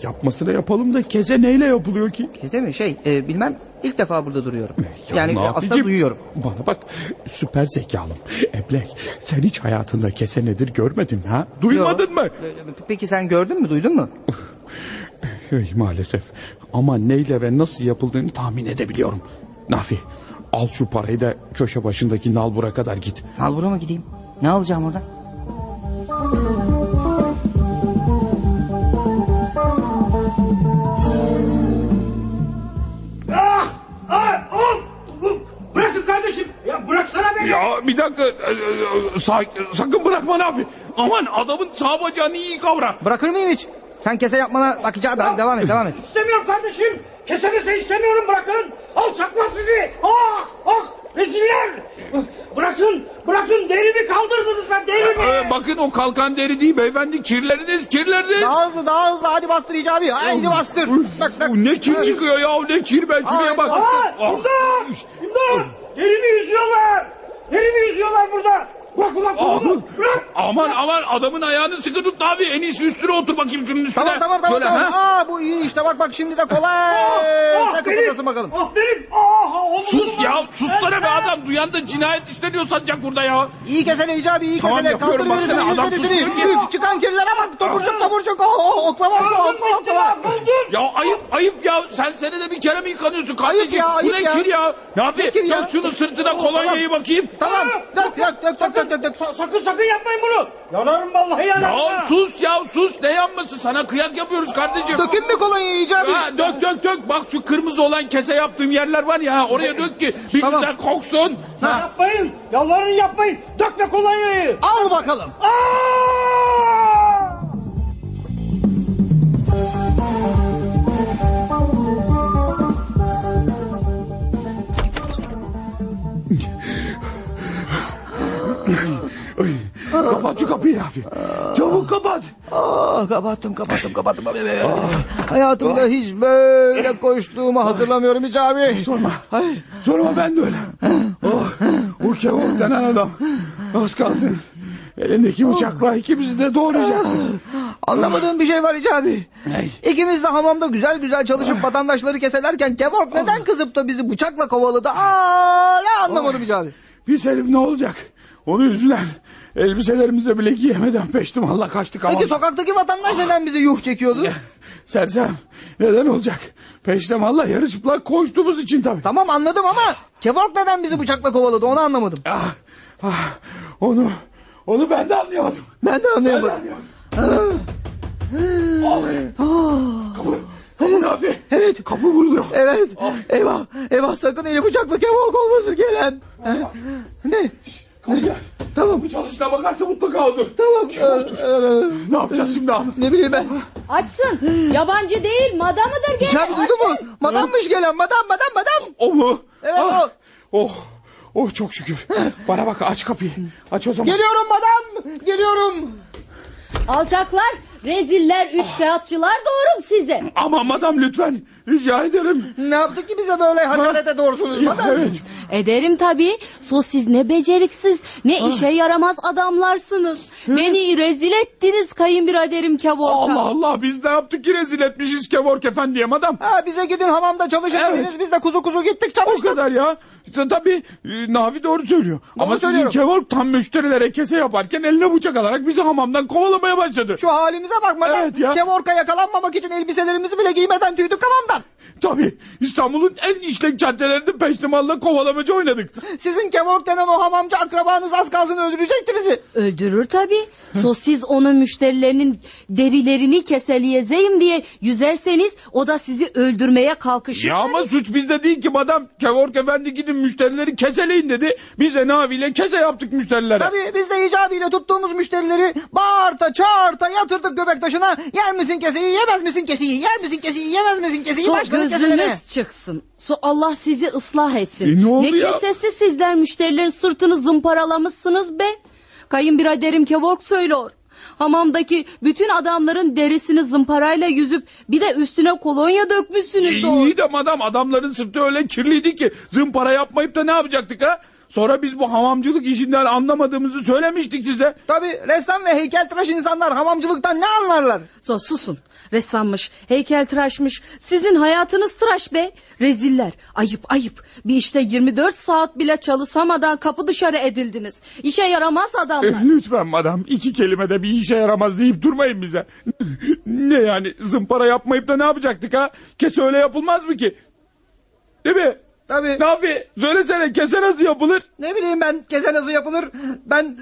Speaker 4: yapmasına yapalım da kese neyle yapılıyor ki?
Speaker 3: kese mi? Şey e, bilmem ilk defa burada duruyorum.
Speaker 4: Ya
Speaker 3: yani
Speaker 4: Nafi'cim,
Speaker 3: aslında duyuyorum.
Speaker 4: Bana bak süper zekalım. Eblek sen hiç hayatında kese nedir görmedin mi ha? Duymadın mı?
Speaker 3: Yok. Peki sen gördün mü duydun mu?
Speaker 4: Ey, maalesef. Ama neyle ve nasıl yapıldığını tahmin edebiliyorum. Nafi al şu parayı da köşe başındaki nalbura kadar git.
Speaker 3: Al burama gideyim. Ne alacağım oradan?
Speaker 9: Ah! Ay! Oğlum! Bu- Bırakın kardeşim! Ya bıraksana beni!
Speaker 4: Ya bir dakika e, e, sa- sakın bırakma Nafi. Aman adamın sağ bacağını iyi kavra.
Speaker 3: Bırakır mıyım hiç? Sen kese yapmana bakacağım. Hadi devam et devam et.
Speaker 9: İstemiyorum kardeşim! Kesenize istemiyorum bırakın! Alçaklar sizi! Ah! Ah! Reziller! Bırakın, bırakın derimi kaldırdınız ben derimi.
Speaker 4: Ee, bakın o kalkan deri değil beyefendi. Kirleriniz kirleriniz.
Speaker 3: Daha hızlı daha hızlı hadi bastır abi. Haydi bastır. Tak tak.
Speaker 4: Bu ne kir çıkıyor ya ne kir ben şuraya
Speaker 3: Ay,
Speaker 4: bak.
Speaker 9: Aa,
Speaker 4: Ah.
Speaker 9: imdat! İmdat! Derimi yüzüyorlar! Derimi yüzüyorlar burada! Bırak ulan
Speaker 4: Ah.
Speaker 9: kolunu! Bırak!
Speaker 4: Aman aman adamın ayağını sıkı tut abi en iyisi üstüne otur bakayım şunun üstüne.
Speaker 3: Tamam tamam tamam.
Speaker 4: Şöyle,
Speaker 3: tamam.
Speaker 4: ha?
Speaker 3: Aa bu iyi işte bak bak şimdi de kolay.
Speaker 4: Ah,
Speaker 3: Sen kıpırdasın bakalım.
Speaker 9: Ah benim! Ah, ah,
Speaker 4: Sus ya sussana be
Speaker 9: adam!
Speaker 4: adam duyan da cinayet işleniyor sanacak burada ya.
Speaker 3: İyi kesene Hicabi iyi
Speaker 4: Tamam,
Speaker 3: kesene.
Speaker 4: yapıyorum.
Speaker 3: Kaldır verisini
Speaker 4: Baksana, adam
Speaker 3: yüzderisini.
Speaker 4: tutuyor ki.
Speaker 3: Üf, Çıkan kirlere bak
Speaker 4: Ah.
Speaker 3: topurcuk topurcuk. Oh, oh, oklava oklava
Speaker 9: Buldum
Speaker 3: oklava.
Speaker 9: bitti lan
Speaker 3: oklava.
Speaker 9: buldum!
Speaker 4: Ya ayıp ayıp ya sen senede bir kere mi yıkanıyorsun
Speaker 3: Ayıp
Speaker 4: kardeşim?
Speaker 3: ya, ayıp
Speaker 4: Bu ne
Speaker 3: ya.
Speaker 4: kir ya? Ne yapayım?
Speaker 3: kir ya?
Speaker 4: Dök şunu sırtına kolonyayı bakayım.
Speaker 3: Tamam. Dök dök dök dök dök dök. dök.
Speaker 9: Sa- sakın sakın yapmayın bunu! Yanarım vallahi yanarım!
Speaker 4: Ya
Speaker 9: ha.
Speaker 4: sus ya sus ne yanması sana kıyak yapıyoruz kardeşim.
Speaker 3: Dökün mü kolonyayı Hicabi?
Speaker 4: Ha, dök dök dök bak şu kırmızı olan kese yaptığım yerler var ya oraya dök ki bir
Speaker 3: Tamam.
Speaker 4: güzel koksun. Ha.
Speaker 9: Yapmayın! Yalvarın yapmayın! Dökme kolonyayı!
Speaker 3: Al bakalım.
Speaker 9: Aa!
Speaker 4: Kapat şu kapıyı abi. Çabuk kapat.
Speaker 3: Ah kapattım kapattım kapattım. Ah. Hayatımda
Speaker 4: Ah.
Speaker 3: hiç böyle koştuğumu hatırlamıyorum Hicabi.
Speaker 4: Sorma.
Speaker 3: Ay.
Speaker 4: Sorma ben de öyle. Oh, o kebap denen adam. Az kalsın. Elindeki bıçakla ikimizi de doğrayacak.
Speaker 3: Ah. Anlamadığım bir şey var Hicabi.
Speaker 4: Ney?
Speaker 3: İkimiz de hamamda güzel güzel çalışıp vatandaşları keselerken Kevork neden kızıp da bizi bıçakla kovaladı? Aa, ne anlamadım Hicabi.
Speaker 4: Biz herif ne olacak? Onu üzülen elbiselerimize bile giyemeden peştimalla kaçtık ama.
Speaker 3: Peki sokaktaki vatandaş neden bizi yuh çekiyordu?
Speaker 4: Sersem neden olacak? Peştemalla yarı çıplak koştuğumuz için tabii.
Speaker 3: tamam anladım ama Kevork neden bizi bıçakla kovaladı onu anlamadım.
Speaker 4: Ah, ah, onu onu ben de anlayamadım.
Speaker 3: Ben
Speaker 4: Ben
Speaker 3: de
Speaker 4: de
Speaker 3: anlayamadım.
Speaker 4: anlayamadım.
Speaker 3: Ah,
Speaker 4: Kapı, kapı ne yapıyor?
Speaker 3: Evet.
Speaker 4: Kapı vuruluyor. Ah.
Speaker 3: Evet. Eyvah. Eyvah sakın eli bıçakla Kevork olmasın gelen. ne?
Speaker 4: Kapı gel.
Speaker 3: Tamam.
Speaker 4: Bu çalışına bakarsa mutlaka odur.
Speaker 3: Tamam. Ee,
Speaker 4: Ne yapacağız şimdi abi?
Speaker 3: ne bileyim ben.
Speaker 7: Açsın. Yabancı değil madamıdır gene.
Speaker 3: Hicabi duydun mu? Madammış gelen. Madam madam madam.
Speaker 4: O mu?
Speaker 3: Evet, o.
Speaker 4: Oh, oh çok şükür. Bana bak aç kapıyı. Aç o zaman.
Speaker 3: Geliyorum madam. Geliyorum.
Speaker 7: Alçaklar, reziller, üç kağıtçılar doğrum size.
Speaker 4: Ama madam lütfen rica ederim.
Speaker 3: Ne yaptı ki bize böyle hakarete doğursunuz madem?
Speaker 4: Evet.
Speaker 7: Ederim tabii. So siz ne beceriksiz, ne
Speaker 3: Ah.
Speaker 7: işe yaramaz adamlarsınız. Beni rezil ettiniz kayınbiraderim Kevorka.
Speaker 4: Allah Allah biz ne yaptık ki rezil etmişiz Kevork Efendi'ye madam.
Speaker 3: Ha bize gidin hamamda çalışın
Speaker 4: Evet.
Speaker 3: dediniz biz de kuzu kuzu gittik
Speaker 4: O
Speaker 3: çalıştık.
Speaker 4: kadar ya. Ta- Tabii e, Navi doğru söylüyor. Ama sizin
Speaker 3: söylüyorum.
Speaker 4: Kevork tam müşterilere kese yaparken eline bıçak alarak bizi hamamdan kovalamaya başladı.
Speaker 3: Şu halimize bak madem.
Speaker 4: Evet ya.
Speaker 3: Kevorka yakalanmamak için elbiselerimizi bile giymeden tüydük hamamdan.
Speaker 4: Tabii İstanbul'un en işlek caddelerinde peştimalla kovalamacı oynadık.
Speaker 3: Sizin Kevork denen o hamamcı akrabanız az kalsın öldürecekti bizi.
Speaker 7: Öldürür tabii. Sosis onun müşterilerinin derilerini keseleyezeyim diye yüzerseniz o da sizi öldürmeye kalkışır.
Speaker 4: Ya ama suç bizde değil ki madam. Kevork efendi gidin müşterileri keseleyin dedi. Biz de naviyle kese yaptık müşterilere.
Speaker 3: Tabii biz de icabıyla tuttuğumuz müşterileri bağırta çağırta yatırdık göbek taşına. Yer misin keseyi yemez misin keseyi yer misin keseyi yemez misin keseyi
Speaker 7: So
Speaker 3: başladık keselemeye.
Speaker 7: gözünüz çıksın. So Allah sizi ıslah etsin.
Speaker 4: E, ne oldu
Speaker 7: ne
Speaker 4: ya?
Speaker 7: kesesi sizler müşterilerin sırtını zımparalamışsınız be. Kayınbiraderim Kevork söylüyor. Hamamdaki bütün adamların derisini zımparayla yüzüp bir de üstüne kolonya dökmüşsünüz doğru.
Speaker 4: İyi de madam adamların sırtı öyle kirliydi ki zımpara yapmayıp da ne yapacaktık ha? Sonra biz bu hamamcılık işinden anlamadığımızı söylemiştik size.
Speaker 3: Tabii ressam ve heykeltıraş insanlar hamamcılıktan ne anlarlar?
Speaker 7: So, susun. Ressammış, heykeltıraşmış. Sizin hayatınız tıraş be. Reziller. Ayıp ayıp. Bir işte 24 saat bile çalışamadan kapı dışarı edildiniz. İşe yaramaz
Speaker 4: Eh,
Speaker 7: adamlar.
Speaker 4: Lütfen madam iki kelimede bir işe yaramaz deyip durmayın bize. ne yani zımpara yapmayıp da ne yapacaktık ha? Kese öyle yapılmaz mı ki? Değil mi?
Speaker 3: Tabii.
Speaker 4: Nafi söylesene kese nasıl yapılır?
Speaker 3: Ne bileyim ben kese nasıl yapılır? Ben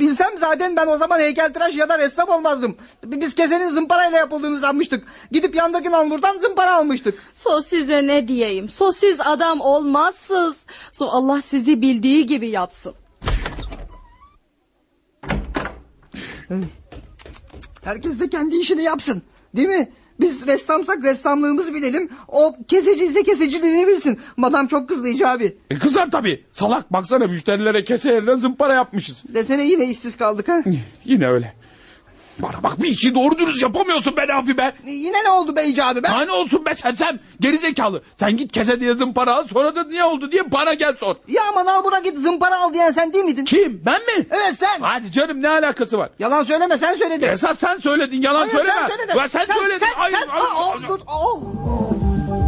Speaker 3: bilsem zaten ben o zaman heykeltıraş ya da ressam olmazdım. Biz kesenin zımparayla yapıldığını sanmıştık. Gidip yandaki namlurdan zımpara almıştık.
Speaker 7: So size ne diyeyim? So siz adam olmazsınız. So Allah sizi bildiği gibi yapsın.
Speaker 3: Herkes de kendi işini yapsın. Değil mi? Biz ressamsak ressamlığımızı bilelim. O keseci ise keseciliğini bilsin. Madam çok kızlayıcı abi.
Speaker 4: E kızar tabii. Salak baksana müşterilere keselerden zımpara yapmışız.
Speaker 3: Desene yine işsiz kaldık ha.
Speaker 4: Yine öyle. Bana bak bir işi doğru dürüst yapamıyorsun be Nafi be.
Speaker 3: E, Yine ne oldu beyci abi ben?
Speaker 4: Daha ne olsun be sen sen gerizekalı. Sen git kese diye zımpara al sonra da niye oldu diye bana gel sor.
Speaker 3: Ya aman al buna git zımpara al diyen sen değil miydin?
Speaker 4: Kim ben mi?
Speaker 3: Evet sen.
Speaker 4: Hadi canım ne alakası var?
Speaker 3: Yalan söyleme sen söyledin.
Speaker 4: Esas sen söyledin yalan
Speaker 3: Hayır,
Speaker 4: söyleme.
Speaker 3: sen söyledin.
Speaker 4: Ulan sen, söyledin.
Speaker 3: Sen,
Speaker 4: Hayır,
Speaker 3: sen,
Speaker 4: hayır,
Speaker 3: Aa,
Speaker 4: hayır.
Speaker 3: dur, aa.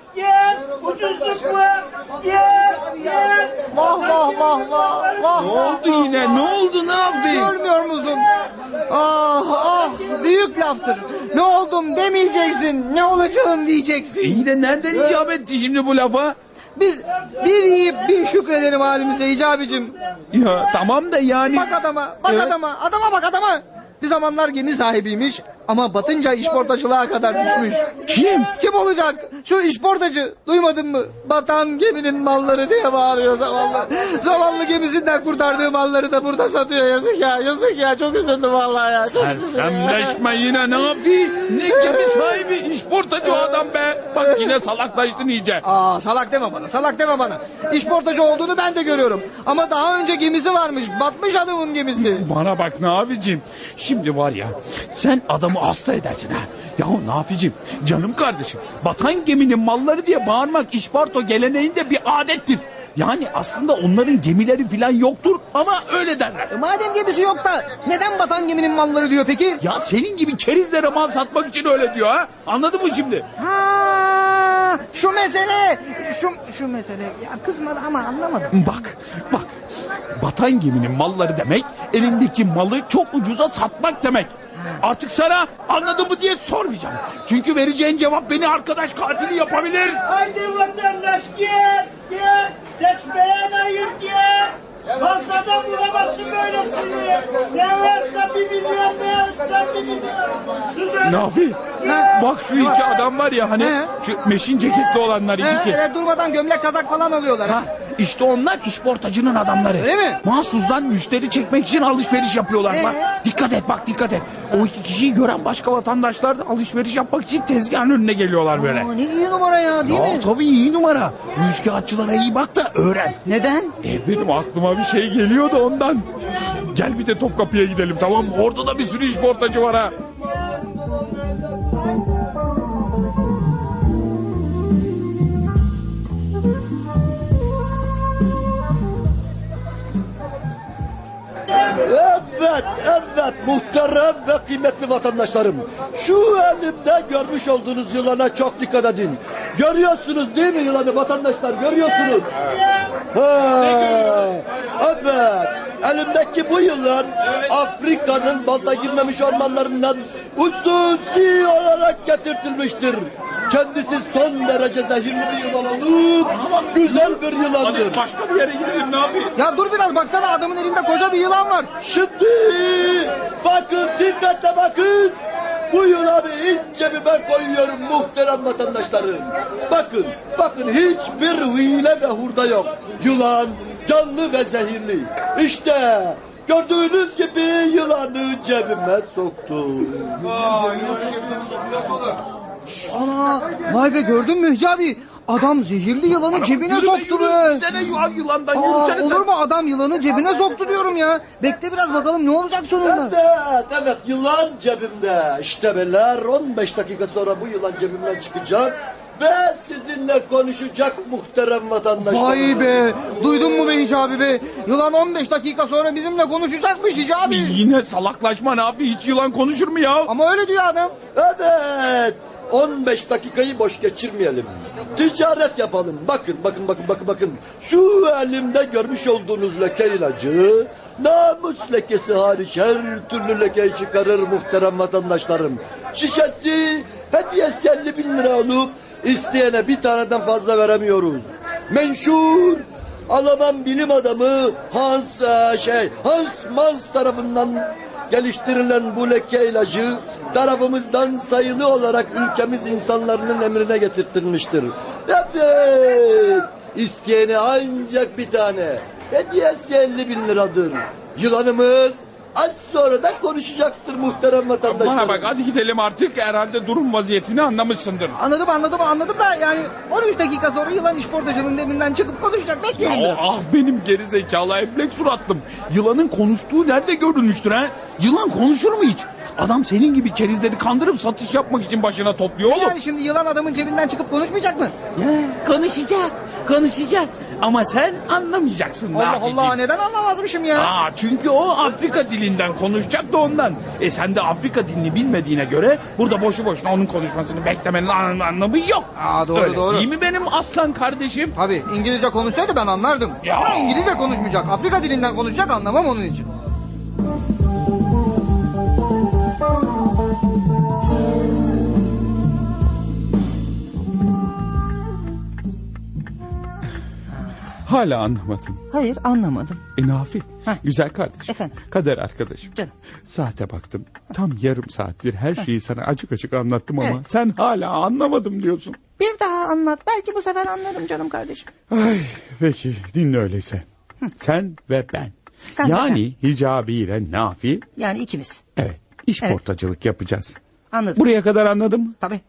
Speaker 9: yap. Ucuzluk var. Yap, yap.
Speaker 3: Vah vah vah vah vah.
Speaker 4: Ne oldu yine? Ne oldu Nafi?
Speaker 3: Görmüyor musun? Ah ah büyük laftır. Ne oldum demeyeceksin. Ne olacağım diyeceksin.
Speaker 4: İyi de nereden icap etti şimdi bu lafa?
Speaker 3: Biz bir yiyip bir şükredelim halimize icabicim.
Speaker 4: Ya tamam da yani.
Speaker 3: Bak adama, bak
Speaker 4: Evet.
Speaker 3: adama, adama bak adama. Bir zamanlar gemi sahibiymiş ama batınca işportacılığa kadar düşmüş.
Speaker 4: Kim?
Speaker 3: Kim olacak? Şu işportacı duymadın mı? Batan geminin malları diye bağırıyor zavallı. Zavallı gemisinden kurtardığı malları da burada satıyor. Yazık ya, yazık ya. Çok üzüldüm vallahi ya. Çok üzüldüm ya.
Speaker 4: Sersemleşme yine Nafi. Ne gibi sahibi işportacı o adam be. Bak yine salaklaştın iyice.
Speaker 3: Aa salak deme bana, salak deme bana. İşportacı olduğunu ben de görüyorum. Ama daha önce gemisi varmış. Batmış adamın gemisi.
Speaker 4: Bana bak Nafi'cim. Şimdi var ya sen adamı hasta edersin ha. Yahu Nafi'cim canım kardeşim. Batan geminin malları diye bağırmak işparto geleneğinde bir adettir. Yani aslında onların gemileri filan yoktur ama öyle derler.
Speaker 3: E, Madem gemisi yok da neden batan geminin malları diyor peki?
Speaker 4: Ya senin gibi kerizlere mal satmak için öyle diyor ha. Anladın mı şimdi?
Speaker 3: Ha, şu mesele, şu, şu mesele. Ya kızmadı ama anlamadım.
Speaker 4: Bak, bak. Batan geminin malları demek, elindeki malı çok ucuza satmak demek. Artık sana anladın mı diye sormayacağım. Çünkü vereceğin cevap beni arkadaş katili yapabilir.
Speaker 9: Haydi vatandaş gel, gel. Seçmeyen hayır gel. Fazladan bulamazsın böylesini. Ne varsa bir milyon, ne varsa bir milyon. Sudan
Speaker 4: Nafi, bak şu iki adam var ya hani
Speaker 3: He.
Speaker 4: şu meşin ceketli olanlar ikisi.
Speaker 3: He, Ee, durmadan gömlek kazak falan alıyorlar.
Speaker 4: Ha, işte onlar işportacının adamları.
Speaker 3: Öyle mi?
Speaker 4: Mahsustan müşteri çekmek için alışveriş yapıyorlar bak.
Speaker 3: Ee?
Speaker 4: Dikkat et bak dikkat et. O iki kişiyi gören başka vatandaşlar da alışveriş yapmak için tezgahın önüne geliyorlar böyle.
Speaker 3: Aa, ne iyi numara ya değil
Speaker 4: Ya
Speaker 3: mi?
Speaker 4: tabii iyi numara. Müşkilatçılara iyi bak da öğren.
Speaker 3: Neden?
Speaker 4: E benim aklıma bir şey geliyor da ondan. Gel bir de Topkapı'ya gidelim tamam mı? Orada da bir sürü işportacı var ha.
Speaker 10: Evet, evet muhterem ve kıymetli vatandaşlarım. Şu elimde görmüş olduğunuz yılana çok dikkat edin. Görüyorsunuz değil mi yılanı vatandaşlar? Görüyorsunuz. Ha, evet. Elimdeki bu yılan Afrika'nın balta girmemiş ormanlarından hususi olarak getirtilmiştir. Kendisi son derece zehirli bir yılan olup güzel bir yılandır.
Speaker 4: Hadi başka bir yere gidelim ne yapayım?
Speaker 3: Ya dur biraz baksana adamın elinde koca bir yılan var.
Speaker 10: Şimdi bakın dikkatle bakın. Bu yılanı ilk cebime koyuyorum muhterem vatandaşlarım. Bakın, bakın hiçbir hile ve hurda yok. Yılan canlı ve zehirli. İşte gördüğünüz gibi yılanı cebime soktum.
Speaker 3: Ana vay be gördün mü Hücü abi? Adam zehirli yılanı cebine
Speaker 4: Yürü be,
Speaker 3: soktu
Speaker 4: yürü.
Speaker 3: be.
Speaker 4: Gitsene yuvan yılandan
Speaker 3: Aa,
Speaker 4: yürüsene sen.
Speaker 3: olur mu adam yılanı cebine soktu diyorum ya. Bekle biraz bakalım ne olacak sonunda.
Speaker 10: Evet, evet yılan cebimde. İşte beyler 15 dakika sonra bu yılan cebimden çıkacak. Ve sizinle konuşacak muhterem vatandaşlarım.
Speaker 3: Vay be duydun mu be Hicri abi be? Yılan 15 dakika sonra bizimle konuşacakmış Hicri abi.
Speaker 4: Yine salaklaşma ne yapayım? Hiç yılan konuşur mu ya?
Speaker 3: Ama öyle diyor adam.
Speaker 10: Evet. 15 dakikayı boş geçirmeyelim. Ticaret yapalım. Bakın bakın bakın bakın bakın. Şu elimde görmüş olduğunuz leke ilacı namus lekesi hariç her türlü lekeyi çıkarır muhterem vatandaşlarım. Şişesi hediyesi 50 bin lira olup isteyene bir taneden fazla veremiyoruz. Menşur Alman bilim adamı Hans e, şey Hans Mans tarafından geliştirilen bu leke ilacı tarafımızdan sayılı olarak ülkemiz insanlarının emrine getirtilmiştir. Evet. İsteyene ancak bir tane. Hediyesi 50 bin liradır. Yılanımız az sonra da konuşacaktır muhterem vatandaşlar.
Speaker 4: Bana bak hadi gidelim artık herhalde durum vaziyetini anlamışsındır.
Speaker 3: Anladım anladım anladım da yani 13 dakika sonra yılan işportacının deminden çıkıp konuşacak
Speaker 4: Ya,
Speaker 3: bekleyin
Speaker 4: o-
Speaker 3: biraz.
Speaker 4: ah benim geri zekalı eblek suratlım. Yılanın konuştuğu nerede görülmüştür ha? Yılan konuşur mu hiç? Adam senin gibi kerizleri kandırıp satış yapmak için başına topluyor oğlum.
Speaker 3: Yani şimdi yılan adamın cebinden çıkıp konuşmayacak mı?
Speaker 4: Ya, konuşacak, konuşacak. Ama sen anlamayacaksın.
Speaker 3: Allah
Speaker 4: Nafici.
Speaker 3: Allah neden anlamazmışım ya?
Speaker 4: Aa, çünkü o Afrika dilinden konuşacak da ondan. E sen de Afrika dilini bilmediğine göre burada boşu boşuna onun konuşmasını beklemenin an- anlamı yok.
Speaker 3: Aa, doğru,
Speaker 4: Öyle
Speaker 3: doğru.
Speaker 4: Değil mi benim aslan kardeşim?
Speaker 3: Tabii İngilizce konuşsaydı ben anlardım.
Speaker 4: Ya.
Speaker 3: Ama İngilizce konuşmayacak. Afrika dilinden konuşacak anlamam onun için.
Speaker 4: Hala anlamadım.
Speaker 3: Hayır anlamadım.
Speaker 4: E Nafi,
Speaker 3: Heh.
Speaker 4: güzel kardeşim.
Speaker 3: Efendim?
Speaker 4: Kader arkadaşım.
Speaker 3: Canım.
Speaker 4: Saate baktım. Tam yarım saattir her şeyi sana açık açık anlattım ama
Speaker 3: Evet.
Speaker 4: sen hala anlamadım diyorsun.
Speaker 3: Bir daha anlat. Belki bu sefer anlarım canım kardeşim.
Speaker 4: Ay, peki dinle öyleyse. Sen ve ben.
Speaker 3: Sen ve
Speaker 4: yani Hicabi ile Nafi
Speaker 3: Yani ikimiz.
Speaker 4: evet iş
Speaker 3: Evet.
Speaker 4: portacılık yapacağız.
Speaker 3: Anladım.
Speaker 4: Buraya kadar anladın mı?
Speaker 3: Tabii.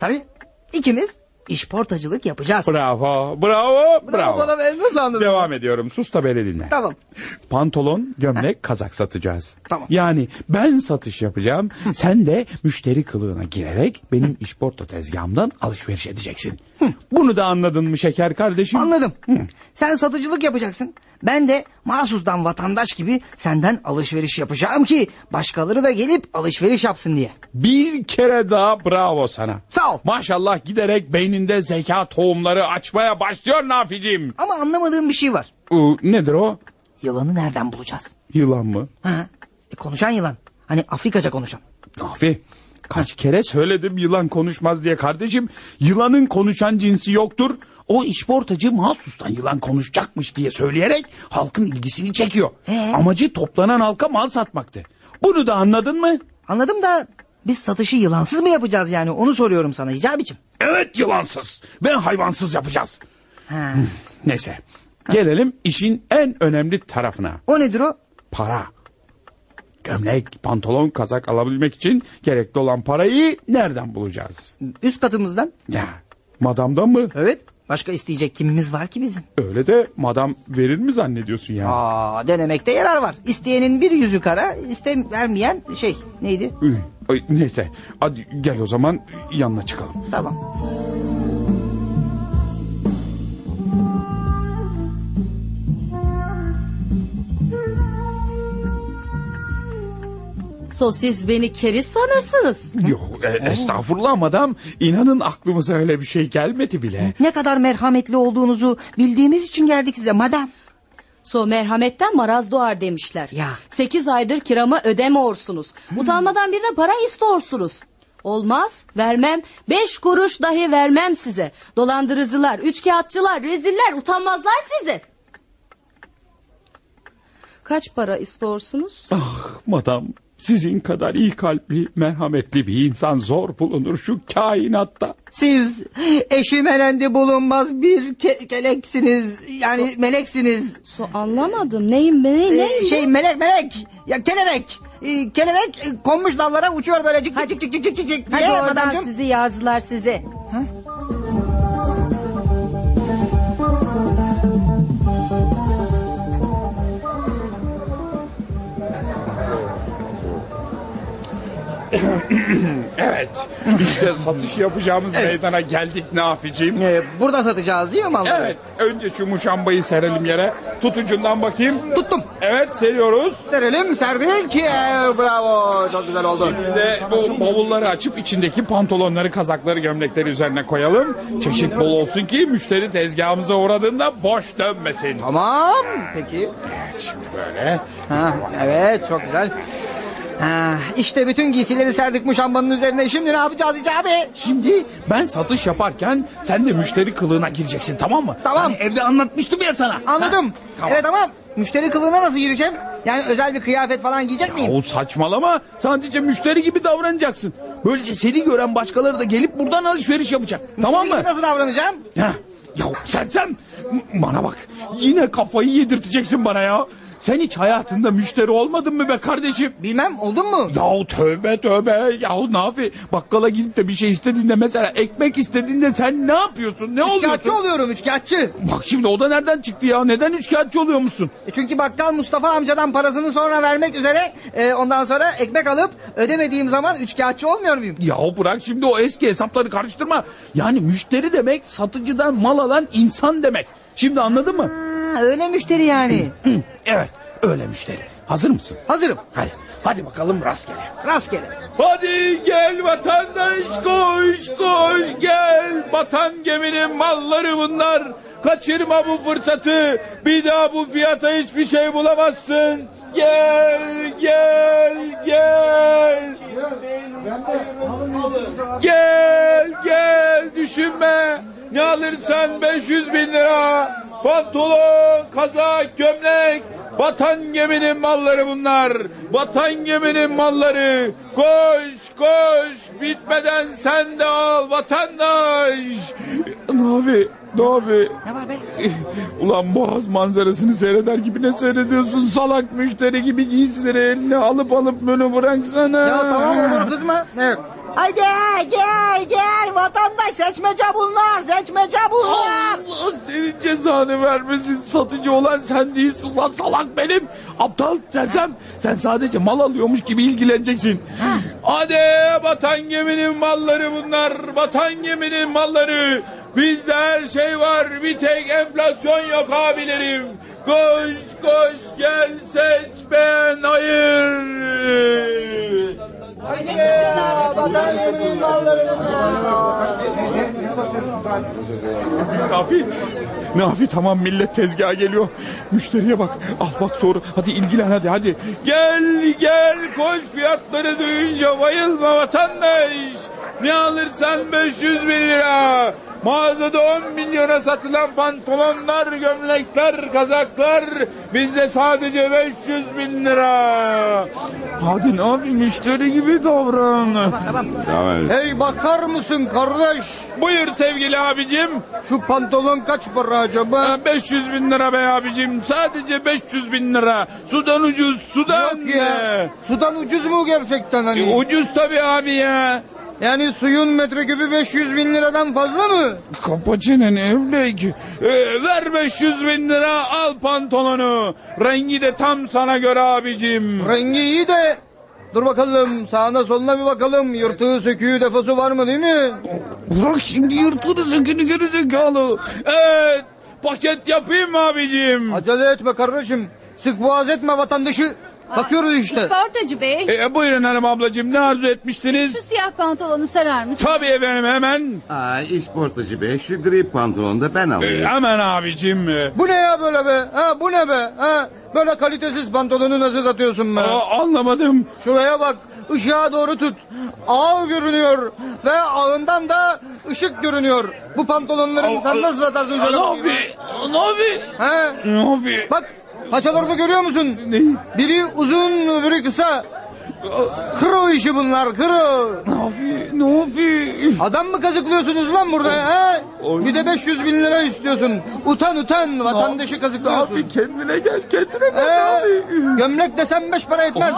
Speaker 3: Tabii. İkimiz işportacılık yapacağız.
Speaker 4: Bravo, bravo, bravo.
Speaker 3: Bravo. Ben nasıl anladım?
Speaker 4: Devam ediyorum. Sus da beni dinle.
Speaker 3: Tamam.
Speaker 4: Pantolon, gömlek, kazak satacağız.
Speaker 3: Tamam.
Speaker 4: Yani ben satış yapacağım. sen de müşteri kılığına girerek benim işporto tezgahımdan alışveriş edeceksin. Bunu da anladın mı şeker kardeşim?
Speaker 3: Anladım.
Speaker 4: Hı.
Speaker 3: Sen satıcılık yapacaksın. Ben de mahsustan vatandaş gibi senden alışveriş yapacağım ki başkaları da gelip alışveriş yapsın diye.
Speaker 4: Bir kere daha bravo sana.
Speaker 3: Sağ ol.
Speaker 4: Maşallah giderek beyninde zeka tohumları açmaya başlıyor Naficim.
Speaker 3: Ama anlamadığım bir şey var.
Speaker 4: Ee, nedir o?
Speaker 3: Yılanı nereden bulacağız?
Speaker 4: Yılan mı?
Speaker 3: Ha? E, konuşan yılan. Hani Afrikaca konuşan.
Speaker 4: Nafi kaç kere söyledim yılan konuşmaz diye kardeşim. Yılanın konuşan cinsi yoktur. O işportacı mahsustan yılan konuşacakmış diye söyleyerek halkın ilgisini çekiyor.
Speaker 3: Ee?
Speaker 4: Amacı toplanan halka mal satmaktı. Bunu da anladın mı?
Speaker 3: Anladım da biz satışı yılansız mı yapacağız yani onu soruyorum sana Hicabi'cim.
Speaker 4: Evet yılansız ve hayvansız yapacağız.
Speaker 3: Ha.
Speaker 4: Hmm, Neyse gelelim işin en önemli tarafına.
Speaker 3: O nedir o?
Speaker 4: Para. Gömlek, pantolon, kazak alabilmek için gerekli olan parayı nereden bulacağız?
Speaker 3: Üst katımızdan.
Speaker 4: Ya, madamdan mı?
Speaker 3: Evet. Başka isteyecek kimimiz var ki bizim?
Speaker 4: Öyle de madam verir mi zannediyorsun ya?
Speaker 3: Aa, denemekte yarar var. İsteyenin bir yüzü kara, iste vermeyen şey neydi?
Speaker 4: Üh, ay, Neyse hadi gel o zaman yanına çıkalım.
Speaker 3: Tamam.
Speaker 7: So siz beni keriz sanırsınız.
Speaker 4: Yok e, estağfurullah madam inanın aklımıza öyle bir şey gelmedi bile.
Speaker 3: Ne kadar merhametli olduğunuzu bildiğimiz için geldik size madem.
Speaker 7: So merhametten maraz doğar demişler.
Speaker 3: Ya. Hmm.
Speaker 7: Sekiz aydır kiramı ödemiyorsunuz. Utanmadan bir de para istiyorsunuz. Olmaz, vermem. Beş kuruş dahi vermem size. Dolandırıcılar, üçkağıtçılar, reziller, utanmazlar sizi. Kaç para istiyorsunuz?
Speaker 4: Ah madam sizin kadar iyi kalpli merhametli bir insan zor bulunur şu kainatta.
Speaker 3: Siz eşi melendi bulunmaz bir ke- keleksiniz. Yani meleksiniz.
Speaker 7: So anlamadım. Neyim ne
Speaker 3: Ee,
Speaker 7: ne?
Speaker 3: şey melek melek. Ya kelebek. Ee, kelebek e, konmuş dallara uçuyor böyle cik cik cik cik cik cik cik
Speaker 7: Hadi
Speaker 3: diye
Speaker 7: oradan
Speaker 3: madamcığım.
Speaker 7: sizi yazdılar sizi.
Speaker 3: Ha?
Speaker 4: evet. İşte satış yapacağımız meydana geldik Naficim.
Speaker 11: Ee, burada satacağız değil mi malları?
Speaker 4: Evet. Önce şu muşambayı serelim yere. Tutucundan bakayım.
Speaker 11: Tuttum.
Speaker 4: Evet seriyoruz.
Speaker 11: Serelim serdik. Ee, bravo çok güzel oldu.
Speaker 4: Bir de bu bavulları açıp içindeki pantolonları, kazakları, gömlekleri üzerine koyalım. Çeşit bol olsun ki müşteri tezgahımıza uğradığında boş dönmesin.
Speaker 11: Tamam peki.
Speaker 4: Böyle.
Speaker 11: Ha, evet çok güzel. Ha, işte bütün giysileri serdik muşambanın üzerine. Şimdi ne yapacağız Hicabi?
Speaker 4: Şimdi ben satış yaparken sen de müşteri kılığına gireceksin tamam mı?
Speaker 11: Tamam.
Speaker 4: Hani evde anlatmıştım ya sana.
Speaker 11: Anladım.
Speaker 4: Ha, tamam.
Speaker 11: Evet ama müşteri kılığına nasıl gireceğim? Yani özel bir kıyafet falan giyecek miyim?
Speaker 4: O saçmalama. Sadece müşteri gibi davranacaksın. Böylece seni gören başkaları da gelip buradan alışveriş yapacak. tamam mı?
Speaker 11: Müşteri gibi Nasıl davranacağım?
Speaker 4: Ha, ya sersem m- bana bak yine kafayı yedirteceksin bana ya. Sen hiç hayatında müşteri olmadın mı be kardeşim?
Speaker 11: Bilmem oldun mu?
Speaker 4: Yahu tövbe tövbe yahu Nafi bakkala gidip de bir şey istediğinde mesela ekmek istediğinde sen ne yapıyorsun ne
Speaker 11: Üçkağıtçı
Speaker 4: oluyorsun?
Speaker 11: oluyorum üçkağıtçı.
Speaker 4: Bak şimdi o da nereden çıktı ya neden üçkağıtçı oluyor musun?
Speaker 11: E Çünkü bakkal Mustafa amcadan parasını sonra vermek üzere e, ondan sonra ekmek alıp ödemediğim zaman üçkağıtçı olmuyor muyum?
Speaker 4: Yahu bırak şimdi o eski hesapları karıştırma. Yani müşteri demek satıcıdan mal alan insan demek. Şimdi anladın mı?
Speaker 11: Ha, öyle müşteri yani.
Speaker 4: Hı, evet öyle müşteri. Hazır mısın?
Speaker 11: Hazırım.
Speaker 4: Hadi, hadi bakalım rastgele.
Speaker 11: Rastgele.
Speaker 4: Hadi gel vatandaş koş koş gel. Batan geminin malları bunlar. Kaçırma bu fırsatı. Bir daha bu fiyata hiçbir şey bulamazsın. Gel gel gel. Gel gel düşünme. Ne alırsan 500 bin lira. Pantolon, kazak, gömlek. Vatan geminin malları bunlar. Vatan geminin malları. Koş koş bitmeden sen de al vatandaş. Navi, Navi.
Speaker 11: Ne var be?
Speaker 4: Ulan boğaz manzarasını seyreder gibi ne seyrediyorsun salak müşteri gibi giysileri eline alıp alıp bunu bıraksana.
Speaker 11: Ya tamam olur kızma. Evet. Haydi gel gel vatandaş seçmece bunlar seçmece bunlar.
Speaker 4: Allah senin cezanı vermesin. Satıcı olan sen değilsin lan salak benim. Aptal sersem sen sadece mal alıyormuş gibi ilgileneceksin. Hadi batan geminin malları bunlar. Batan geminin malları. Bizde her şey var. Bir tek enflasyon yok abilerim. Koş koş gel seç ben hayır. Nafi, Nafi tamam millet tezgaha geliyor. Müşteriye bak, al bak sor. Hadi ilgilen hadi hadi. Gel gel koş fiyatları duyunca bayılma vatandaş. Ne alırsan 500 bin lira. Mağazada 10 milyona satılan pantolonlar, gömlekler, kazaklar bizde sadece 500 bin lira. Hadi ne yapayım müşteri gibi davran.
Speaker 11: Hey bakar mısın kardeş?
Speaker 4: Buyur sevgili abicim.
Speaker 11: Şu pantolon kaç para acaba?
Speaker 4: Ha, 500 bin lira be abicim. Sadece 500 bin lira. Sudan ucuz sudan.
Speaker 11: Yok ya. Sudan ucuz mu gerçekten hani?
Speaker 4: E, ucuz tabii abi ya.
Speaker 11: Yani suyun metreküpü 500 bin liradan fazla mı?
Speaker 4: Kapacının evlek. E, ver 500 bin lira al pantolonu. Rengi de tam sana göre abicim.
Speaker 11: Rengi iyi de. Dur bakalım sağına soluna bir bakalım. Yırtığı söküğü defosu var mı değil mi?
Speaker 4: Bırak şimdi yırtırız ökünü geri zekalı. Evet paket yapayım mı abicim?
Speaker 11: Acele etme kardeşim. Sık boğaz etme vatandaşı. Bakıyoruz işte.
Speaker 12: Ispartacı Bey,
Speaker 4: E, buyurun hanım ablacığım ne arzu
Speaker 12: şu
Speaker 4: etmiştiniz?
Speaker 12: siyah pantolonu sarar mısın?
Speaker 4: Tabii efendim hemen.
Speaker 10: Aa, işportacı bey şu gri pantolonu da ben
Speaker 4: E,
Speaker 10: alayım.
Speaker 4: hemen abicim. E,
Speaker 11: Bu ne ya böyle be? Ha bu ne be? Ha böyle kalitesiz pantolonu nasıl atıyorsun be?
Speaker 4: Aa, anlamadım.
Speaker 11: Şuraya bak. ışığa doğru tut. Ağ görünüyor ve ağından da ışık görünüyor. Bu pantolonları sen nasıl atarsın şöyle? bakayım?
Speaker 4: Nabi, Nabi,
Speaker 11: Ha?
Speaker 4: Nabi.
Speaker 11: Bak paçalarını görüyor musun?
Speaker 4: Ne?
Speaker 11: Biri uzun öbürü kısa. Kro işi bunlar kro.
Speaker 4: Nabi, Nabi.
Speaker 11: Adam mı kazıklıyorsunuz lan burada ha? Bir de 500 bin lira istiyorsun. Utan utan vatandaşı
Speaker 4: Nabi
Speaker 11: kazıklıyorsun.
Speaker 4: kendine gel, kendine gel
Speaker 11: Ee,
Speaker 4: Nabi.
Speaker 11: gömlek desen beş para etmez.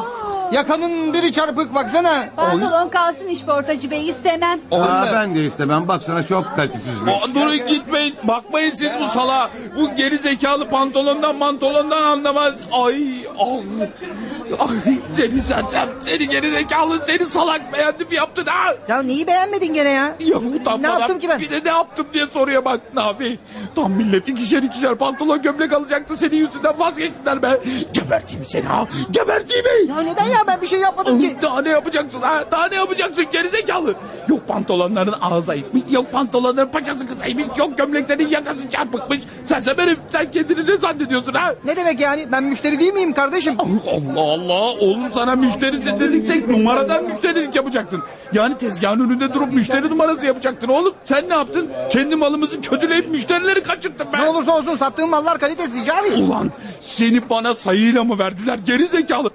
Speaker 11: Yakanın biri çarpık baksana.
Speaker 12: Pantolon kalsın işportacı Bey, istemem.
Speaker 10: Aa, ben de istemem baksana çok kalitesizmiş.
Speaker 4: Aa, durun gitmeyin, bakmayın siz bu salağa. Bu geri zekalı pantolondan mantolondan anlamaz. Ay, ah. Ay, seni saçam. Seni geri zekalı seni salak beğendim yaptın ha.
Speaker 3: Ya neyi beğenmedin gene ya?
Speaker 4: Ya utanmadan
Speaker 3: Ne yaptım ki ben?
Speaker 4: Bir de ne yaptım diye soruyor bak Nafi. Tam millet ikişer ikişer pantolon gömlek alacaktı senin yüzünden vazgeçtiler be. Geberteyim seni ha. Geberteyim.
Speaker 3: Ya neden ya ben bir şey yapmadım ki?
Speaker 4: Daha ne yapacaksın ha? Daha ne yapacaksın gerizekalı? Yok pantolonların ağzı ayıkmış, yok pantolonların paçası kısaymış, yok gömleklerin yakası çarpıkmış. Sersemerim sen kendini ne zannediyorsun ha?
Speaker 3: Ne demek yani? Ben müşteri değil miyim kardeşim?
Speaker 4: Allah Allah oğlum sana müşterisin dediksek numaradan müşterilik yapacaktın. Yani tezgahın önünde durup müşteri numarası yapacaktın oğlum. Sen ne yaptın? Kendi malımızı kötüleyip müşterileri kaçırttın be.
Speaker 3: Ne olursa olsun sattığım mallar kalitesiz abi.
Speaker 4: Ulan seni bana sayıyla mı verdiler gerizekalı?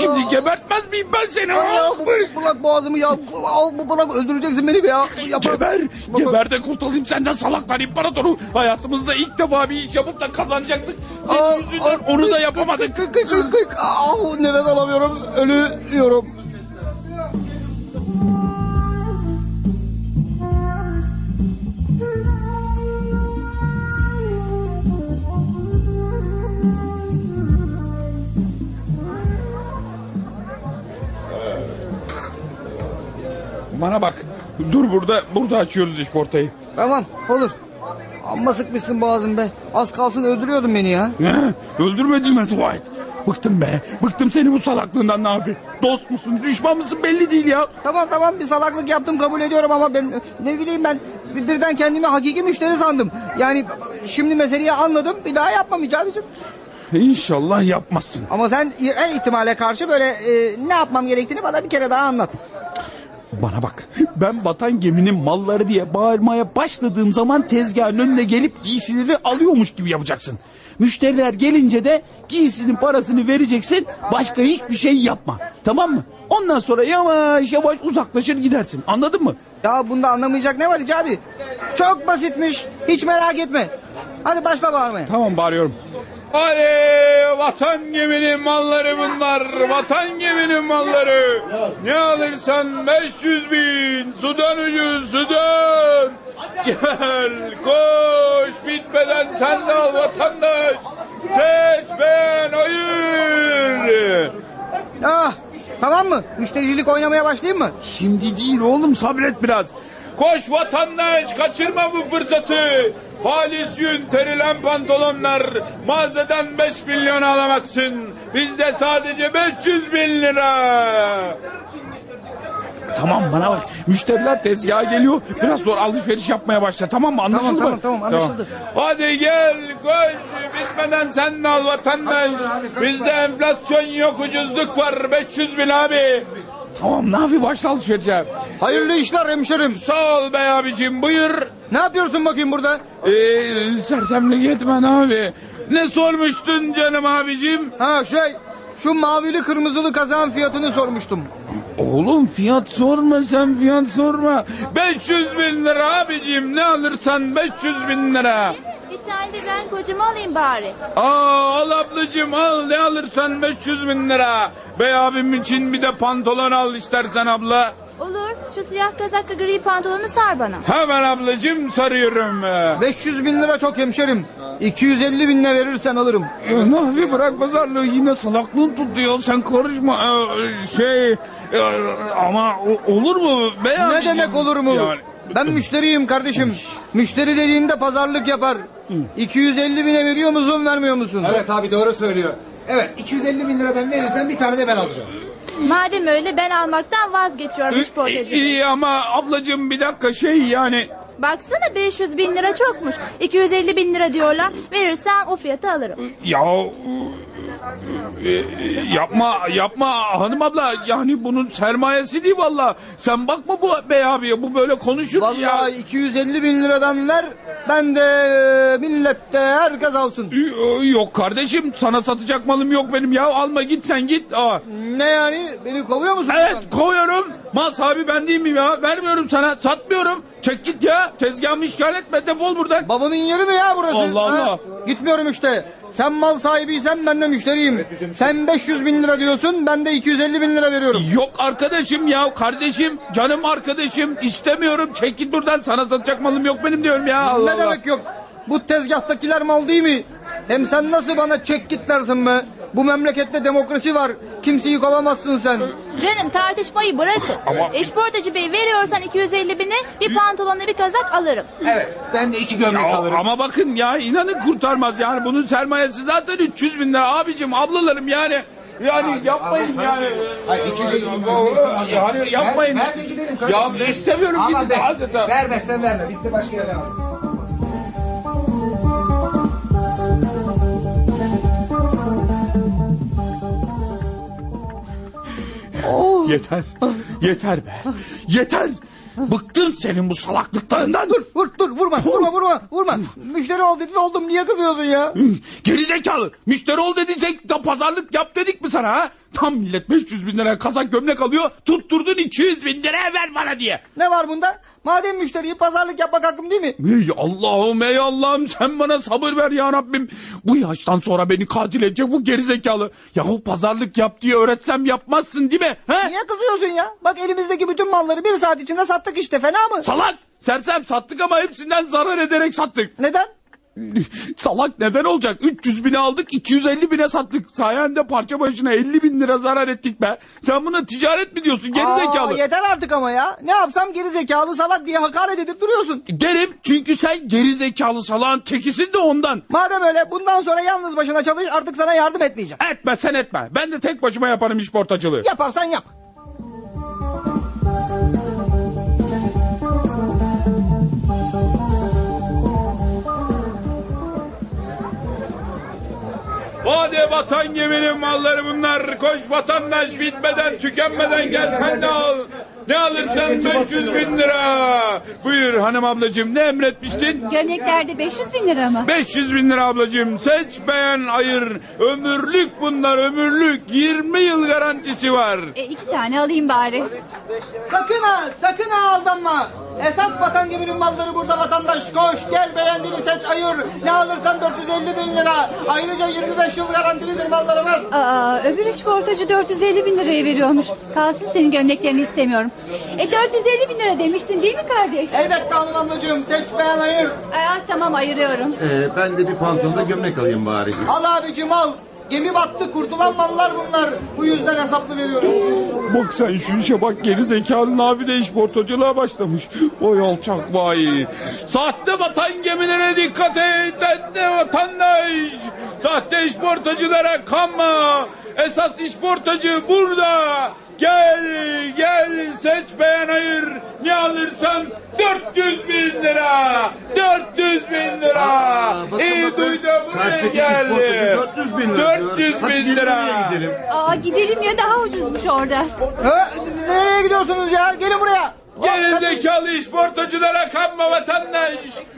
Speaker 4: Şimdi gebertmez miyim ben seni? Ah.
Speaker 3: Ya
Speaker 4: ha?
Speaker 3: bu Ah. bırak boğazımı ya. Al bu bırak öldüreceksin beni be ya. Yapar.
Speaker 4: Geber! Geber de kurtulayım senden salaklar imparatoru. Hayatımızda ilk defa bir iş yapıp da kazanacaktık. Senin
Speaker 3: Aa,
Speaker 4: yüzünden
Speaker 3: aa,
Speaker 4: onu da yapamadık.
Speaker 3: Ah, Kık kık kık kık. Ah nefes alamıyorum. Ölüyorum.
Speaker 4: Bana bak. Dur burada, burada açıyoruz işportayı.
Speaker 3: Tamam olur. Amma sıkmışsın boğazım be. Az kalsın öldürüyordun beni ya.
Speaker 4: He, öldürmediğime dua et. Bıktım be. Bıktım seni bu salaklığından ne yapayım? Dost musun, düşman mısın belli değil ya.
Speaker 3: Tamam tamam bir salaklık yaptım kabul ediyorum ama ben ne bileyim ben bir- birden kendimi hakiki müşteri sandım. Yani şimdi meseleyi anladım bir daha yapmamayacağım abicim.
Speaker 4: İnşallah yapmazsın.
Speaker 3: Ama sen her ihtimale karşı böyle e, ne yapmam gerektiğini bana bir kere daha anlat.
Speaker 4: Bana bak. Ben batan geminin malları diye bağırmaya başladığım zaman tezgahın önüne gelip giysileri alıyormuş gibi yapacaksın. Müşteriler gelince de giysinin parasını vereceksin. Başka hiçbir şey yapma. Tamam mı? Ondan sonra yavaş yavaş uzaklaşır gidersin. Anladın mı?
Speaker 3: Ya bunda anlamayacak ne var Hicabi? abi? Çok basitmiş hiç merak etme. Hadi başla bağırmaya.
Speaker 4: Tamam bağırıyorum. Ali vatan geminin malları bunlar. Vatan geminin malları. Ne alırsan 500 bin. Sudan ucuz sudan. Gel koş bitmeden sen de al vatandaş. Seç ben hayır.
Speaker 3: Ah, tamam mı? Müştericilik oynamaya başlayayım mı?
Speaker 4: Şimdi değil oğlum sabret biraz. Koş vatandaş kaçırma bu fırsatı. Halis yün terilen pantolonlar mağazadan 5 milyon alamazsın. Bizde sadece 500 bin lira. Tamam bana bak müşteriler tezgaha geliyor biraz sonra alışveriş yapmaya başla tamam mı anlaşıldı
Speaker 3: tamam,
Speaker 4: mı?
Speaker 3: tamam, anlaşıldı.
Speaker 4: Hadi gel koş bitmeden sen de al vatandaş. Bizde enflasyon yok ucuzluk var 500 bin abi. Tamam ne yapayım başla alışverişe.
Speaker 3: Hayırlı işler hemşerim.
Speaker 4: Sağ ol bey abicim buyur.
Speaker 3: Ne yapıyorsun bakayım burada?
Speaker 4: Ee, sersemlik etmen abi. Ne sormuştun canım abicim?
Speaker 3: Ha şey, şu mavili kırmızılı kazağın fiyatını sormuştum.
Speaker 4: Oğlum fiyat sorma sen fiyat sorma. 500 bin lira abicim ne alırsan 500 bin lira.
Speaker 13: Bir tane de ben kocama alayım bari.
Speaker 4: Aa al ablacım al ne alırsan 500 bin lira. Bey abim için bir de pantolon al istersen abla.
Speaker 13: Olur. Şu siyah kazaklı gri pantolonu sar bana.
Speaker 4: Hemen ablacım sarıyorum.
Speaker 3: 500 bin lira çok hemşerim. 250 binle verirsen alırım.
Speaker 4: Ya Nafi bırak pazarlığı yine salaklığın tutuyor sen karışma Ee, şey e, ama o- olur mu? Bey
Speaker 3: Ne
Speaker 4: abicim?
Speaker 3: demek olur mu?
Speaker 4: Yani-
Speaker 3: Ben müşteriyim kardeşim. Müşteri dediğinde pazarlık yapar. 250 bine veriyor musun vermiyor musun?
Speaker 8: Evet abi doğru söylüyor. Evet 250 bin liradan verirsen bir tane de ben alacağım.
Speaker 13: Madem öyle ben almaktan vazgeçiyorum
Speaker 4: İyi-
Speaker 13: işportacı.
Speaker 4: İyi ama ablacığım bir dakika şey yani
Speaker 13: Baksana 500 bin lira çokmuş. 250 bin lira diyorlar. Verirsen o fiyata alırım.
Speaker 4: ya e, e, yapma yapma hanım abla yani bunun sermayesi değil valla sen bakma bu bey abiye bu böyle konuşur ya.
Speaker 3: Vallahi 250 bin liradan ver. Ben de e, millette herkes alsın.
Speaker 4: Ee, Yok kardeşim sana satacak malım yok benim ya alma git sen git. Aa,
Speaker 3: Ne yani? Beni kovuyor musun? şu an?
Speaker 4: Evet kovuyorum. Mal sahibi ben değil miyim ya? Vermiyorum sana. Satmıyorum. Çek git ya. Tezgahımı işgal etme. Defol buradan.
Speaker 3: Babanın yeri mi ya burası?
Speaker 4: Allah
Speaker 3: Ha?
Speaker 4: Allah.
Speaker 3: Gitmiyorum işte. Sen mal sahibiysen ben de müşteriyim. Sen 500 bin lira diyorsun ben de 250 bin lira veriyorum.
Speaker 4: Yok arkadaşım ya. Kardeşim. Canım arkadaşım. istemiyorum. Çek git buradan. Sana satacak malım yok benim diyorum ya. Allah
Speaker 3: ne demek yok? Bu tezgahtakiler mal değil mi? Hem sen nasıl bana çek git dersin be? Bu memlekette demokrasi var. Kimseyi kovamazsın sen.
Speaker 13: Canım tartışmayı bırakın.
Speaker 14: Ama-
Speaker 13: Eşportacı bey veriyorsan 250 bini bir pantolonla bir kazak alırım.
Speaker 8: Evet ben de iki gömlek
Speaker 14: Ya
Speaker 8: alırım.
Speaker 14: ama bakın ya inanın kurtarmaz yani bunun sermayesi zaten 300 bin lira abicim ablalarım yani. Yani yapmayın
Speaker 8: sana
Speaker 14: yani.
Speaker 8: söyleyeyim. Hayır, iki yüz bin
Speaker 14: Doğru,
Speaker 8: lira.
Speaker 14: Yani yapmayın.
Speaker 8: Ver- ver
Speaker 14: işte.
Speaker 8: de gidelim
Speaker 14: ya
Speaker 8: kardeşim.
Speaker 14: ben istemiyorum
Speaker 8: Ama
Speaker 14: gidin. Hadi da-
Speaker 8: ver, vermezsen verme biz de başka yere alırız.
Speaker 3: Oh.
Speaker 14: Yeter. Yeter be. Yeter. Bıktım senin bu salaklıklarından. Dur.
Speaker 3: Vur dur vurma vurma vurma vurma. Müşteri ol dedin oldum niye kızıyorsun ya?
Speaker 14: Geri zekalı. Müşteri ol dediysek da pazarlık yap dedik mi sana ha? Tam millet 500 bin liraya kazak gömlek alıyor. Tutturdun 200 bin liraya ver bana diye.
Speaker 3: Ne var bunda? Madem müşteriyi pazarlık yapmak hakkım değil mi?
Speaker 14: Ey Allah'ım ey Allah'ım sen bana sabır ver ya Rabbim. Bu yaştan sonra beni katil edecek bu gerizekalı. Yahu pazarlık yap diye öğretsem yapmazsın değil mi? He?
Speaker 3: Niye kızıyorsun ya? Bak elimizdeki bütün malları bir saat içinde sattık işte fena mı?
Speaker 14: Salak! Sersem sattık ama hepsinden zarar ederek sattık.
Speaker 3: Neden?
Speaker 14: Salak neden olacak? 300 bine aldık 250 bine sattık. Sayende parça başına 50 bin lira zarar ettik be. Sen buna ticaret mi diyorsun gerizekalı?
Speaker 3: Aa, yeter artık ama ya. Ne yapsam geri zekalı salak diye hakaret edip duruyorsun.
Speaker 14: Derim çünkü sen gerizekalı salağın tekisin de ondan.
Speaker 3: Madem öyle bundan sonra yalnız başına çalış artık sana yardım etmeyeceğim.
Speaker 14: Etme sen etme. Ben de tek başıma yaparım iş portacılığı.
Speaker 3: Yaparsan yap.
Speaker 14: Vade vatan geminin malları bunlar. Koş vatandaş bitmeden tükenmeden gel sen de al. Ne alırsan 500 bin lira. Buyur hanım ablacığım ne emretmiştin?
Speaker 12: Gömleklerde 500 bin lira mı?
Speaker 14: 500 bin lira ablacığım seç beğen ayır. Ömürlük bunlar ömürlük. 20 yıl garantisi var.
Speaker 12: E, iki tane alayım bari.
Speaker 3: Sakın ha sakın ha aldanma. Esas vatan geminin malları burada vatandaş. Koş gel beğendiğini seç ayır. Ne alırsan 450 bin lira. Ayrıca 25 yıl garantilidir mallarımız.
Speaker 12: Aa, öbür işportacı 450 bin liraya veriyormuş. Kalsın senin gömleklerini istemiyorum. E 450 bin lira demiştin değil mi kardeş?
Speaker 3: Elbette hanım ablacığım seç beğen ayır.
Speaker 12: Aa, tamam ayırıyorum.
Speaker 10: Ee, ben de bir pantolonda gömlek alayım bari.
Speaker 3: Al abicim al. Gemi bastı kurtulan mallar bunlar. Bu yüzden hesaplı veriyorum.
Speaker 14: Bak sen şu işe bak geri zekalı Navi de iş portacılığa başlamış. Oy alçak vay. Sahte vatan gemilere dikkat et. Sahte vatandaş. Sahte iş portacılara kanma. Esas iş portacı burada. Gel gel seç beğen ayır. Ne alırsan 400 bin lira. 400 bin lira.
Speaker 10: Aa, bakın,
Speaker 14: İyi
Speaker 10: bakın.
Speaker 14: duydu buraya
Speaker 10: Karşıdaki iş
Speaker 14: geldi.
Speaker 10: portacı 400 bin lira diyor.
Speaker 14: 400
Speaker 10: Hadi
Speaker 14: bin
Speaker 10: gidelim
Speaker 14: lira.
Speaker 10: oraya gidelim.
Speaker 12: Aa, gidelim ya daha ucuzmuş orada.
Speaker 3: Ha, nereye gidiyorsunuz ya? Gelin buraya.
Speaker 14: Gerizekalı işportacılara kanma vatandaş.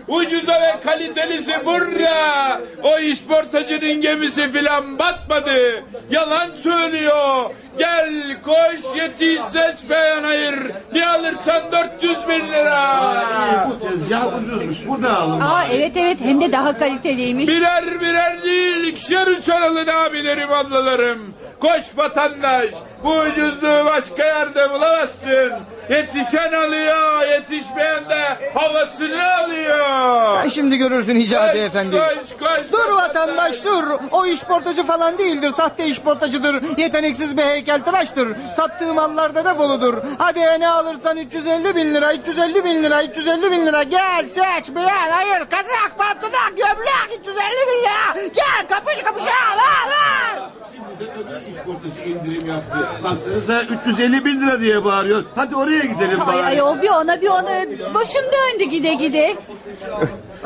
Speaker 14: Ucuza ve kalitelisi burra. O işportacının gemisi filan batmadı. Yalan söylüyor. Gel koş yetiş seç beyan ayır. Ne alırsan 400 bin lira.
Speaker 10: Aa, bu tezgah ucuzmuş. Bu ne alın?
Speaker 12: Aa, evet evet hem de daha kaliteliymiş.
Speaker 14: Birer birer değil ikişer üçer alın abilerim ablalarım. Koş vatandaş bu ucuzluğu başka yerde bulamazsın. Yetişen alıyor yetişmeyen de havasını alıyor.
Speaker 3: Sen şimdi görürsün Hicabi Efendi.
Speaker 14: Koş koş.
Speaker 3: Dur vatandaş dur. O işportacı falan değildir. Sahte işportacıdır. Yeteneksiz bir heykeltıraştır. Sattığı mallarda da boludur. Hadi ya, ne alırsan 350 bin lira, 350 bin lira, 350 bin lira. Gel seç beğen hayır. Kazak, pantolon, gömlek 350 bin lira. Gel kapış kapış al al al.
Speaker 10: Sigortacı indirim yaptı. Baksanıza 350 bin lira diye bağırıyor. Hadi oraya gidelim bari.
Speaker 12: Ay ayol bir ona bir ona öp- başım döndü gide gide.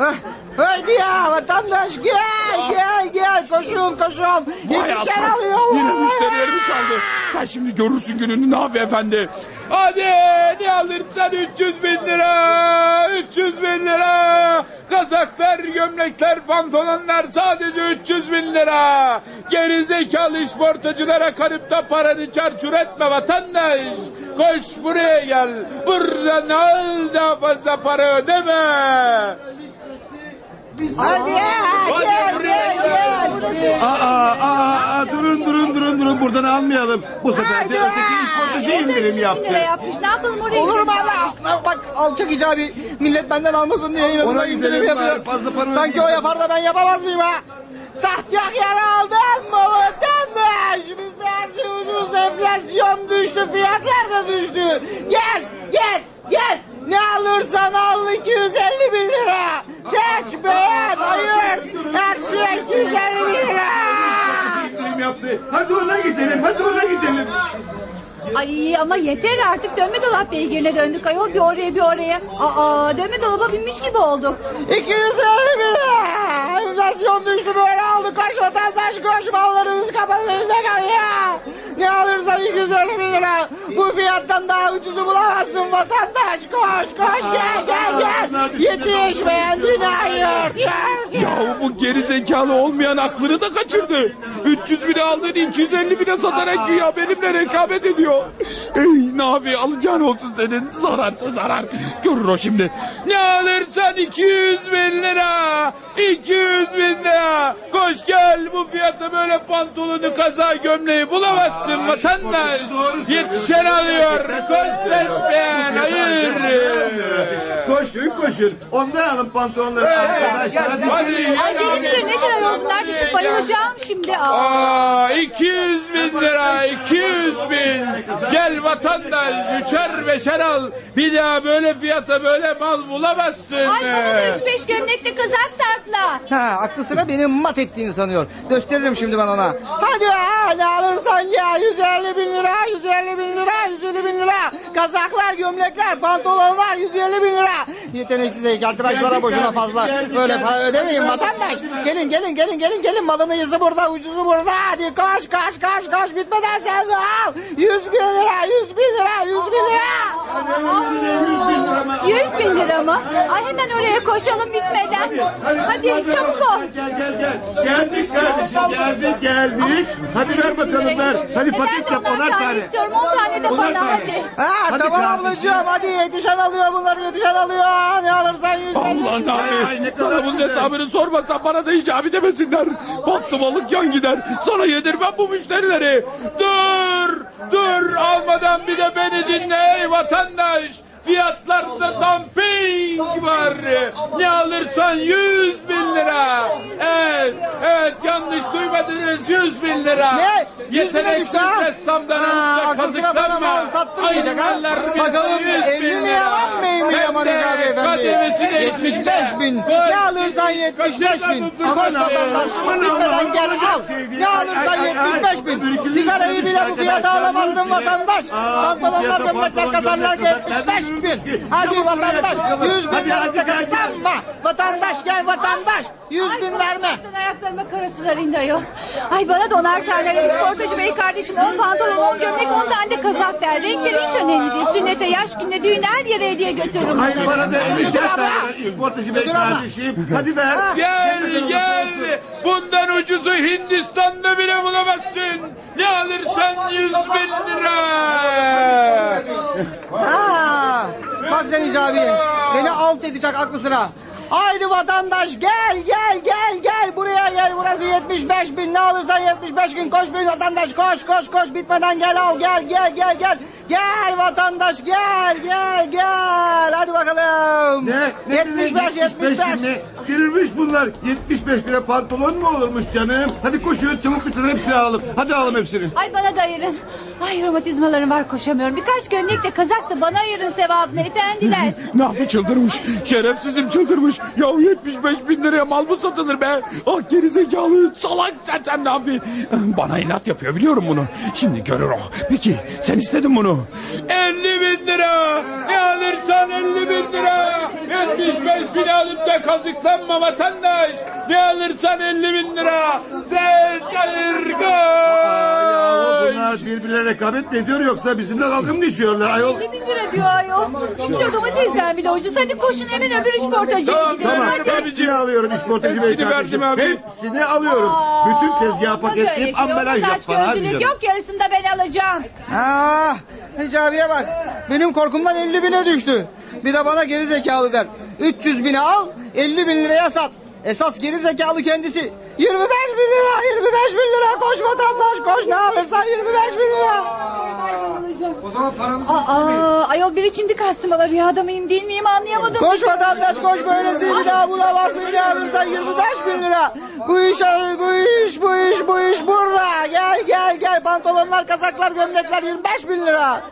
Speaker 3: Ah, Haydi ya vatandaş gel gel gel koşun koşun.
Speaker 14: Ah. Vay
Speaker 3: Bir şey
Speaker 14: Allah.
Speaker 3: alıyor.
Speaker 14: Yine müşterilerimi çaldı. Sen şimdi görürsün gününü Nafi Efendi. Hadi ne alırsan 300 bin lira. 300 bin lira. Kazaklar, gömlekler, pantolonlar sadece 300 bin lira. Geri zekalı işportacılara karıp da paranı çarçur etme vatandaş. Koş buraya gel. Buradan al daha fazla para ödeme.
Speaker 3: Hadi ya gel gel gel.
Speaker 10: Aa, aa, aa, aa, durun durun durun durun buradan almayalım. Bu sefer de öteki işportacı indirim
Speaker 12: Bin lira
Speaker 10: yaptı.
Speaker 12: yapmış ne yapalım oraya
Speaker 3: Olur mu
Speaker 12: gidelim.
Speaker 3: abla? Bak alçak icabi millet benden almasın diye
Speaker 10: Ona
Speaker 3: yanımda
Speaker 10: gidelim
Speaker 3: indirim
Speaker 10: bari,
Speaker 3: yapıyor.
Speaker 10: fazla para
Speaker 3: Sanki o
Speaker 10: ödeyeceğim.
Speaker 3: yapar da ben yapamaz mıyım ha? Sahtiyar yara aldın mı? Vatan
Speaker 9: Ee, Şimdi her şey ucuz. Enflasyon düştü. Fiyatlar da düştü. Gel gel gel. Ne alırsan al 250 bin lira. Seç beğen hayır. Her şey 250 bin lira.
Speaker 10: indirim yaptı. Hadi ona gidelim, hadi ona gidelim.
Speaker 12: Ay ama yeter artık dönme dolap beygirine döndük ayol bir oraya bir oraya. Aa dönme dolaba binmiş gibi olduk.
Speaker 9: 250 bin lira. Enflasyon düştü böyle aldı. Koş vatandaş koş mallarımız kapatılığında kalıyor. Ne alırsan 250 bin lira. Bu fiyattan daha ucuzu bulamazsın vatandaş. Koş koş gel gel gel. Yetiş beğendiğini ayır. Gel.
Speaker 14: Yahu bu geri zekalı olmayan aklını da kaçırdı. 300 bine aldığını 250 bine satarak güya benimle rekabet ediyor. Ey Nabi alacağın olsun senin zararsa zarar. Görür o şimdi. Ne alırsan 200 bin lira. 200 bin lira. Koş gel bu fiyata böyle pantolonu kaza gömleği bulamazsın vatandaş. Yetişen alıyor. Koş ses beğen. Hayır.
Speaker 10: Koşun koşun. Onda alın pantolonları. Arkadaşlar hadi.
Speaker 12: Ay benim nedir nedir ayol bunlar düşüp bayılacağım şimdi. Aa.
Speaker 14: Aa, 200 bin lira 200 bin gel vatandaş üçer beşer al bir daha böyle fiyata böyle mal bulamazsın
Speaker 12: Ay bana da üç beş gömlekli kazak sakla.
Speaker 3: Ha, aklı sıra benim mat ettiğini sanıyor. Gösteririm şimdi ben ona.
Speaker 9: Hadi ha ne alırsan ya 150 bin lira 150 bin lira 150 bin lira kazaklar gömlekler pantolonlar 150 bin lira
Speaker 3: Yeteneksiz heykeltıraşlara boşuna fazla. Böyle para ödemeyin vatandaş. Gelin gelin gelin gelin gelin malını yüzü burada ucuzu burada. Hadi koş koş koş koş bitmeden sen de al.
Speaker 9: 100 bin lira 100 bin lira 100 bin lira
Speaker 12: Yüz bin lira mı? Ay hemen oraya koşalım bitmeden. Hadi çabuk ol.
Speaker 10: Gel gel. Geldik kardeşim geldik geldik. Hadi ver bakalım ver. Hadi paket yap onar tane.
Speaker 12: İstiyorum on tane de
Speaker 10: Onar
Speaker 12: bana
Speaker 10: tane.
Speaker 12: hadi.
Speaker 3: Ha,
Speaker 10: Hadi
Speaker 3: tamam
Speaker 10: kardeşim.
Speaker 3: ablacığım hadi yetişen alıyor bunları yetişen alıyor. Ne alırsan 150
Speaker 14: Allah
Speaker 10: Ay,
Speaker 14: abi
Speaker 10: ne kadar
Speaker 14: sana bunun
Speaker 10: güzel.
Speaker 14: hesabını sormasan bana da hiç abi demesinler baktım alık yan gider sana yedirmem bu müşterileri dur dur almadan bir de beni dinle ey vatandaş Fiyatlarda dumping var. Ne alırsan 100 bin lira. Evet, evet yanlış duymadınız 100 bin lira.
Speaker 3: Ne? 100 bine
Speaker 14: Yeteneksiz
Speaker 3: düştü ha?
Speaker 14: ressamdan
Speaker 3: Aa,
Speaker 14: alınacak
Speaker 3: arkasına bana
Speaker 14: kazıklanma.
Speaker 3: mal sattırmayacak ha?
Speaker 14: Aynalar bizi
Speaker 3: Bakalım
Speaker 14: 100 bin
Speaker 3: 50 mi
Speaker 14: lira.
Speaker 3: yaman mı mi
Speaker 14: Hem
Speaker 3: yaman
Speaker 14: de
Speaker 3: Recep Efendi?
Speaker 14: kademesine
Speaker 3: 75 bin.
Speaker 14: içinde.
Speaker 3: Ne alırsan 75
Speaker 14: kaçırma
Speaker 3: bin.
Speaker 14: bu fırsatı.
Speaker 3: Koş vatandaş.
Speaker 10: Aman
Speaker 3: Bitmeden
Speaker 10: Allah'ım,
Speaker 3: gel al.
Speaker 10: olacak şey değil.
Speaker 3: Ne
Speaker 10: Ay,
Speaker 3: alırsan
Speaker 10: ay, ay.
Speaker 3: 75 bin.
Speaker 10: Ürkülmüş
Speaker 3: Sigarayı bile bu
Speaker 10: arkadaşlar,
Speaker 3: fiyata alamazsın
Speaker 10: ürkülmüş.
Speaker 3: vatandaş.
Speaker 10: Aa,
Speaker 3: Pantolonlar
Speaker 10: fiyata
Speaker 3: gömlekler
Speaker 10: pantolon,
Speaker 3: kazanlar
Speaker 10: gömlek, kazaklar
Speaker 3: 75
Speaker 10: ürkülmüş.
Speaker 3: bin. Hadi
Speaker 10: Çabuk
Speaker 3: vatandaş.
Speaker 10: buraya, çabuk.
Speaker 3: 100 bin
Speaker 10: Hadi, hadi,
Speaker 3: lira
Speaker 10: hadi.
Speaker 3: kazanma. Vatandaş gel vatandaş. 100
Speaker 12: Ay,
Speaker 3: bin verme.
Speaker 12: korkudan Ayaklarıma karasular indi ayol. Ay bana donar tane demiş portacı bey kardeşim. On pantolon, on gömlek, on tane de kazak ver. Renkleri hiç önemli değil. Sünnete, yaş gününe, düğüne her yere hediye götürürüm.
Speaker 10: Hayır
Speaker 12: ben.
Speaker 10: bana da elli
Speaker 12: Kusura
Speaker 10: şart
Speaker 12: bakma.
Speaker 10: ver. İsportacı bey
Speaker 3: Müdür abla.
Speaker 10: kardeşim. Hadi ver.
Speaker 14: Gel gel. Bundan ucuzu Hindistan'da bile bulamazsın. Ne alırsan 100 bin lira.
Speaker 3: Ha, bak sen Hicabi. Beni alt edecek aklı sıra. Haydi vatandaş gel gel gel gel buraya gel burası 75 bin ne alırsan 75 bin koş bir vatandaş koş koş koş bitmeden gel al gel gel gel gel gel vatandaş gel gel gel hadi bakalım
Speaker 10: Ne? ne
Speaker 3: 75
Speaker 10: ne-
Speaker 3: 75
Speaker 10: ne? Girilmiş bunlar. 75 lira pantolon mu olurmuş canım? Hadi koşun çabuk bitirin hepsini alalım. Hadi alalım hepsini.
Speaker 12: Ay bana da ayırın. Ay romatizmalarım var koşamıyorum. Birkaç gömlek de kazak da bana ayırın sevabını efendiler.
Speaker 14: Ne yapı çıldırmış. Şerefsizim çıldırmış. Ya 75 bin liraya mal mı satılır be? Ah gerizekalı salak sen sen ne yapı? Bana inat yapıyor biliyorum bunu. Şimdi görür o. Peki sen istedin bunu. 50 bin lira. Ne alırsan 50 bin lira. 75 bin alıp da kazıklanma vatandaş. Ne alırsan 50 bin lira. Sen
Speaker 10: Aa,
Speaker 14: çayırgan.
Speaker 10: bunlar birbirine rekabet mi ediyor yoksa bizimle dalga mı geçiyorlar ayol?
Speaker 12: 50 bin lira diyor ayol. İki kilo domates ver bir de ucuz. Hadi koşun hemen öbür işportacıya
Speaker 10: Tamam
Speaker 12: gidiyorum.
Speaker 10: tamam
Speaker 12: Hadi.
Speaker 10: ben hepsini alıyorum işportacı bey
Speaker 14: Hepsini verdim
Speaker 10: kardeşim.
Speaker 14: abi.
Speaker 10: Hepsini alıyorum.
Speaker 12: Aa,
Speaker 10: Bütün tezgahı
Speaker 12: olmaz öyle
Speaker 10: paketleyip
Speaker 12: şey.
Speaker 10: ambalaj
Speaker 12: Olmaz
Speaker 10: yap
Speaker 12: aşk
Speaker 10: bana abi
Speaker 12: gözlülük
Speaker 10: canım.
Speaker 12: Yok yarısını da ben alacağım.
Speaker 3: Ah Hicabi'ye bak benim korkumdan 50 bine düştü bir de bana geri zekalı der 300 bine al 50 bin liraya sat esas geri zekalı kendisi 25 bin lira 25 bin lira koş vatandaş koş ne alırsan 25 bin lira
Speaker 12: Ay, ben alacağım.
Speaker 10: O zaman paramızı
Speaker 12: Aa, ayol biri şimdi kastım rüyada mıyım değil miyim anlayamadım.
Speaker 3: Koş vatandaş koş böylesini bir daha bulamazsın canım sen 25 bin lira. Bu iş bu iş bu iş bu iş burada. Gel gel gel pantolonlar kazaklar gömlekler 25 bin lira.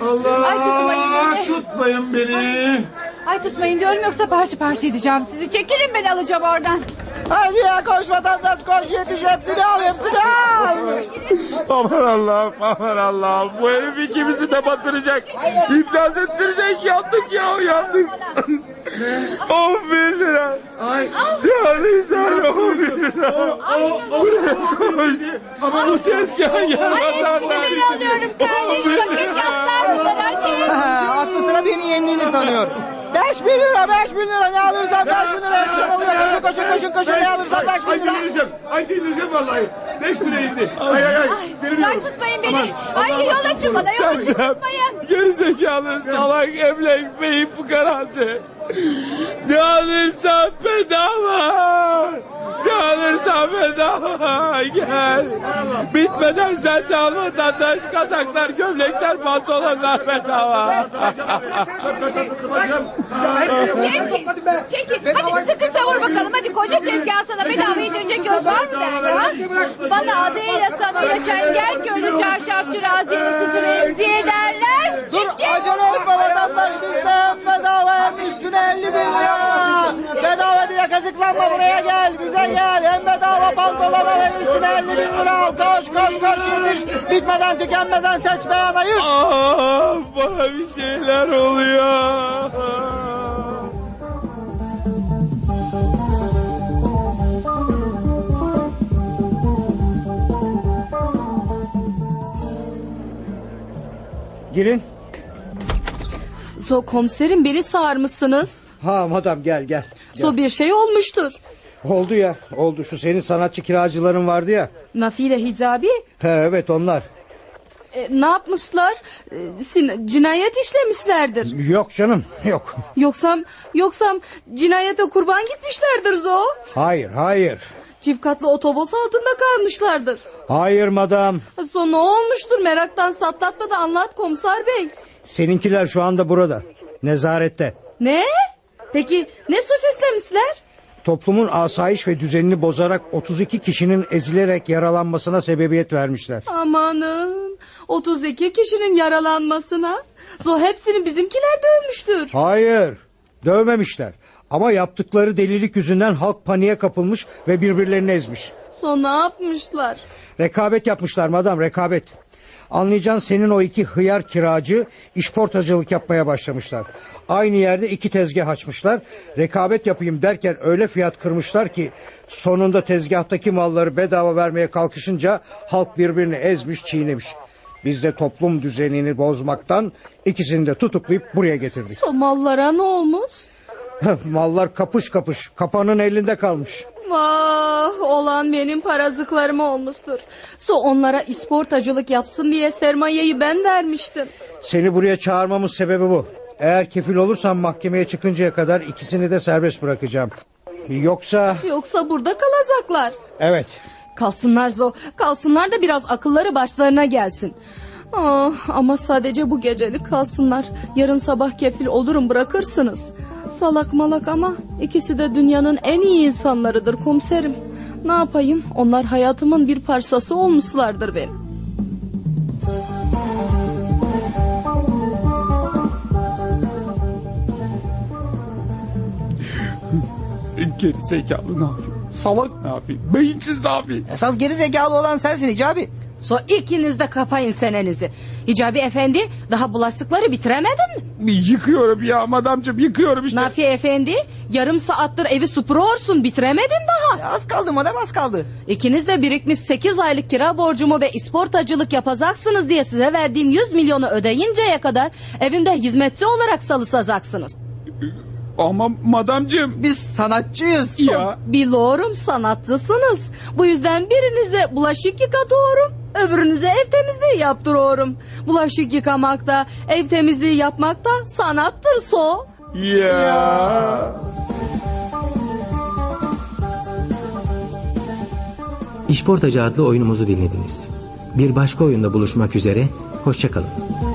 Speaker 10: Allah
Speaker 12: Ay, tutmayın beni.
Speaker 10: tutmayın beni.
Speaker 12: Ay tutmayın diyorum yoksa parça parça edeceğim sizi. Çekilin ben alacağım oradan.
Speaker 3: Hadi ya koş vatandaş koş yetiş hepsini al hepsini al.
Speaker 14: Aman Allah'ım aman Allah'ım. Bu herif ikimizi de batıracak. İflas ettirecek. Yandık ya yandık. 10 bin lira.
Speaker 10: Ay.
Speaker 14: Ya Nisan 10 bin lira. Bu ne koy? Ama bu ses gel gel vatandaş.
Speaker 12: Kardeş paket yaslar mı sana ki?
Speaker 3: Aklı sıra beni yendiğini sanıyor. 5 bin lira 5 bin lira ne alırsan 5 bin lira hepsini alıyor. Koşun koşun koşun koşun ne alırsan 5 bin lira.
Speaker 10: Ay delireceğim. Ay delireceğim vallahi. Beş lira indi. Ay ay ay.
Speaker 12: Ay tutmayın beni. Ay yol açın bana yol açın tutmayın.
Speaker 14: Gerizekalı salak emlak beyim fukarası. Ne alırsan bedava. Ne alırsan bedava. Gel. Bitmeden sen de al vatandaş. Kazaklar, gömlekler, pantolonlar bedava.
Speaker 12: Çekin. Çekin. Hadi sıkı savur bakalım. Hadi koca tezgah sana bedava yedirecek göz var mı derdi ha? Bana adıyla sanıyla Çengelköy'de çarşafçı Razi'nin kızını emziye ederler.
Speaker 3: Dur acele etme vatandaş biz de hep bedava hem üstüne 50 bin lira. Bedava diye kazıklanma buraya gel bize gel. Hem bedava pantolon al hem üstüne 50 bin lira al. Koş koş koş yetiş. Bitmeden tükenmeden seç beyan ayır.
Speaker 14: Ah, bana bir şeyler oluyor.
Speaker 15: Girin.
Speaker 7: So komiserim beni sağırmışsınız.
Speaker 15: Ha madam gel gel.
Speaker 7: So bir şey olmuştur.
Speaker 15: Oldu ya oldu şu senin sanatçı kiracıların vardı ya.
Speaker 7: Nafi ile Hicabi
Speaker 15: He evet onlar.
Speaker 7: e, ne yapmışlar? E, sin- cinayet işlemişlerdir.
Speaker 15: Yok canım yok.
Speaker 7: Yoksa yoksa cinayete kurban gitmişlerdir Zo.
Speaker 15: Hayır hayır.
Speaker 7: Çift katlı otobüs altında kalmışlardır.
Speaker 15: Hayır madam.
Speaker 7: So ne olmuştur meraktan satlatma da anlat komiser bey.
Speaker 15: Seninkiler şu anda burada. Nezarette.
Speaker 7: Ne? Peki ne suç işlemişler?
Speaker 15: Toplumun asayiş ve düzenini bozarak 32 kişinin ezilerek yaralanmasına sebebiyet vermişler.
Speaker 7: Amanın 32 kişinin yaralanmasına. So hepsini bizimkiler dövmüştür.
Speaker 15: Hayır, dövmemişler. Ama yaptıkları delilik yüzünden halk paniğe kapılmış ve birbirlerini ezmiş.
Speaker 7: So ne yapmışlar?
Speaker 15: Rekabet yapmışlar madam, rekabet. Anlayacağın senin o iki hıyar kiracı işportacılık yapmaya başlamışlar. Aynı yerde iki tezgah açmışlar. Rekabet yapayım derken öyle fiyat kırmışlar ki sonunda tezgahtaki malları bedava vermeye kalkışınca halk birbirini ezmiş çiğnemiş. Biz de toplum düzenini bozmaktan ikisini de tutuklayıp buraya getirdik.
Speaker 7: So mallara ne olmuş?
Speaker 15: Mallar kapış kapış kapanın elinde kalmış.
Speaker 7: Vah Ah, olan benim parazıklarım olmuştur. So onlara isportacılık yapsın diye sermayeyi ben vermiştim.
Speaker 15: Seni buraya çağırmamın sebebi bu. Eğer kefil olursan mahkemeye çıkıncaya kadar ikisini de serbest bırakacağım. Yoksa
Speaker 7: Yoksa burada kalacaklar.
Speaker 15: evet
Speaker 7: Kalsınlar Zo, kalsınlar da biraz akılları başlarına gelsin. Ah, ama sadece bu gecelik kalsınlar. Yarın sabah kefil olurum bırakırsınız. Salak malak ama ikisi de dünyanın en iyi insanlarıdır komiserim. Ne yapayım onlar hayatımın bir parçası olmuşlardır benim.
Speaker 14: Gerizekalı ne yapayım? Salak ne yapayım? Beyinsiz ne yapayım?
Speaker 3: Esas geri zekalı olan sensin Hicabi.
Speaker 16: So ikiniz de kapayın senenizi. Hicabi efendi daha bulaşıkları bitiremedin mi?
Speaker 14: Yıkıyorum ya madamcım yıkıyorum işte.
Speaker 16: Nafi efendi yarım saattir evi süpürüyorsun bitiremedin daha.
Speaker 3: Az kaldı madem az kaldı.
Speaker 16: İkiniz de birikmiş 8 aylık kira borcumu ve isportacılık yapacaksınız diye size verdiğim 100 milyonu ödeyinceye kadar evimde hizmetçi olarak salısacaksınız.
Speaker 14: Ama madamcım.
Speaker 3: Biz sanatçıyız.
Speaker 14: Ya.
Speaker 7: Biliyorum sanatçısınız. Bu yüzden birinize bulaşık yıkatıyorum. Öbürünüze ev temizliği yaptırıyorum. Bulaşık yıkamakta, ev temizliği yapmakta sanattır so.
Speaker 14: Ya.
Speaker 2: İşportacı adlı oyunumuzu dinlediniz. Bir başka oyunda buluşmak üzere, hoşçakalın.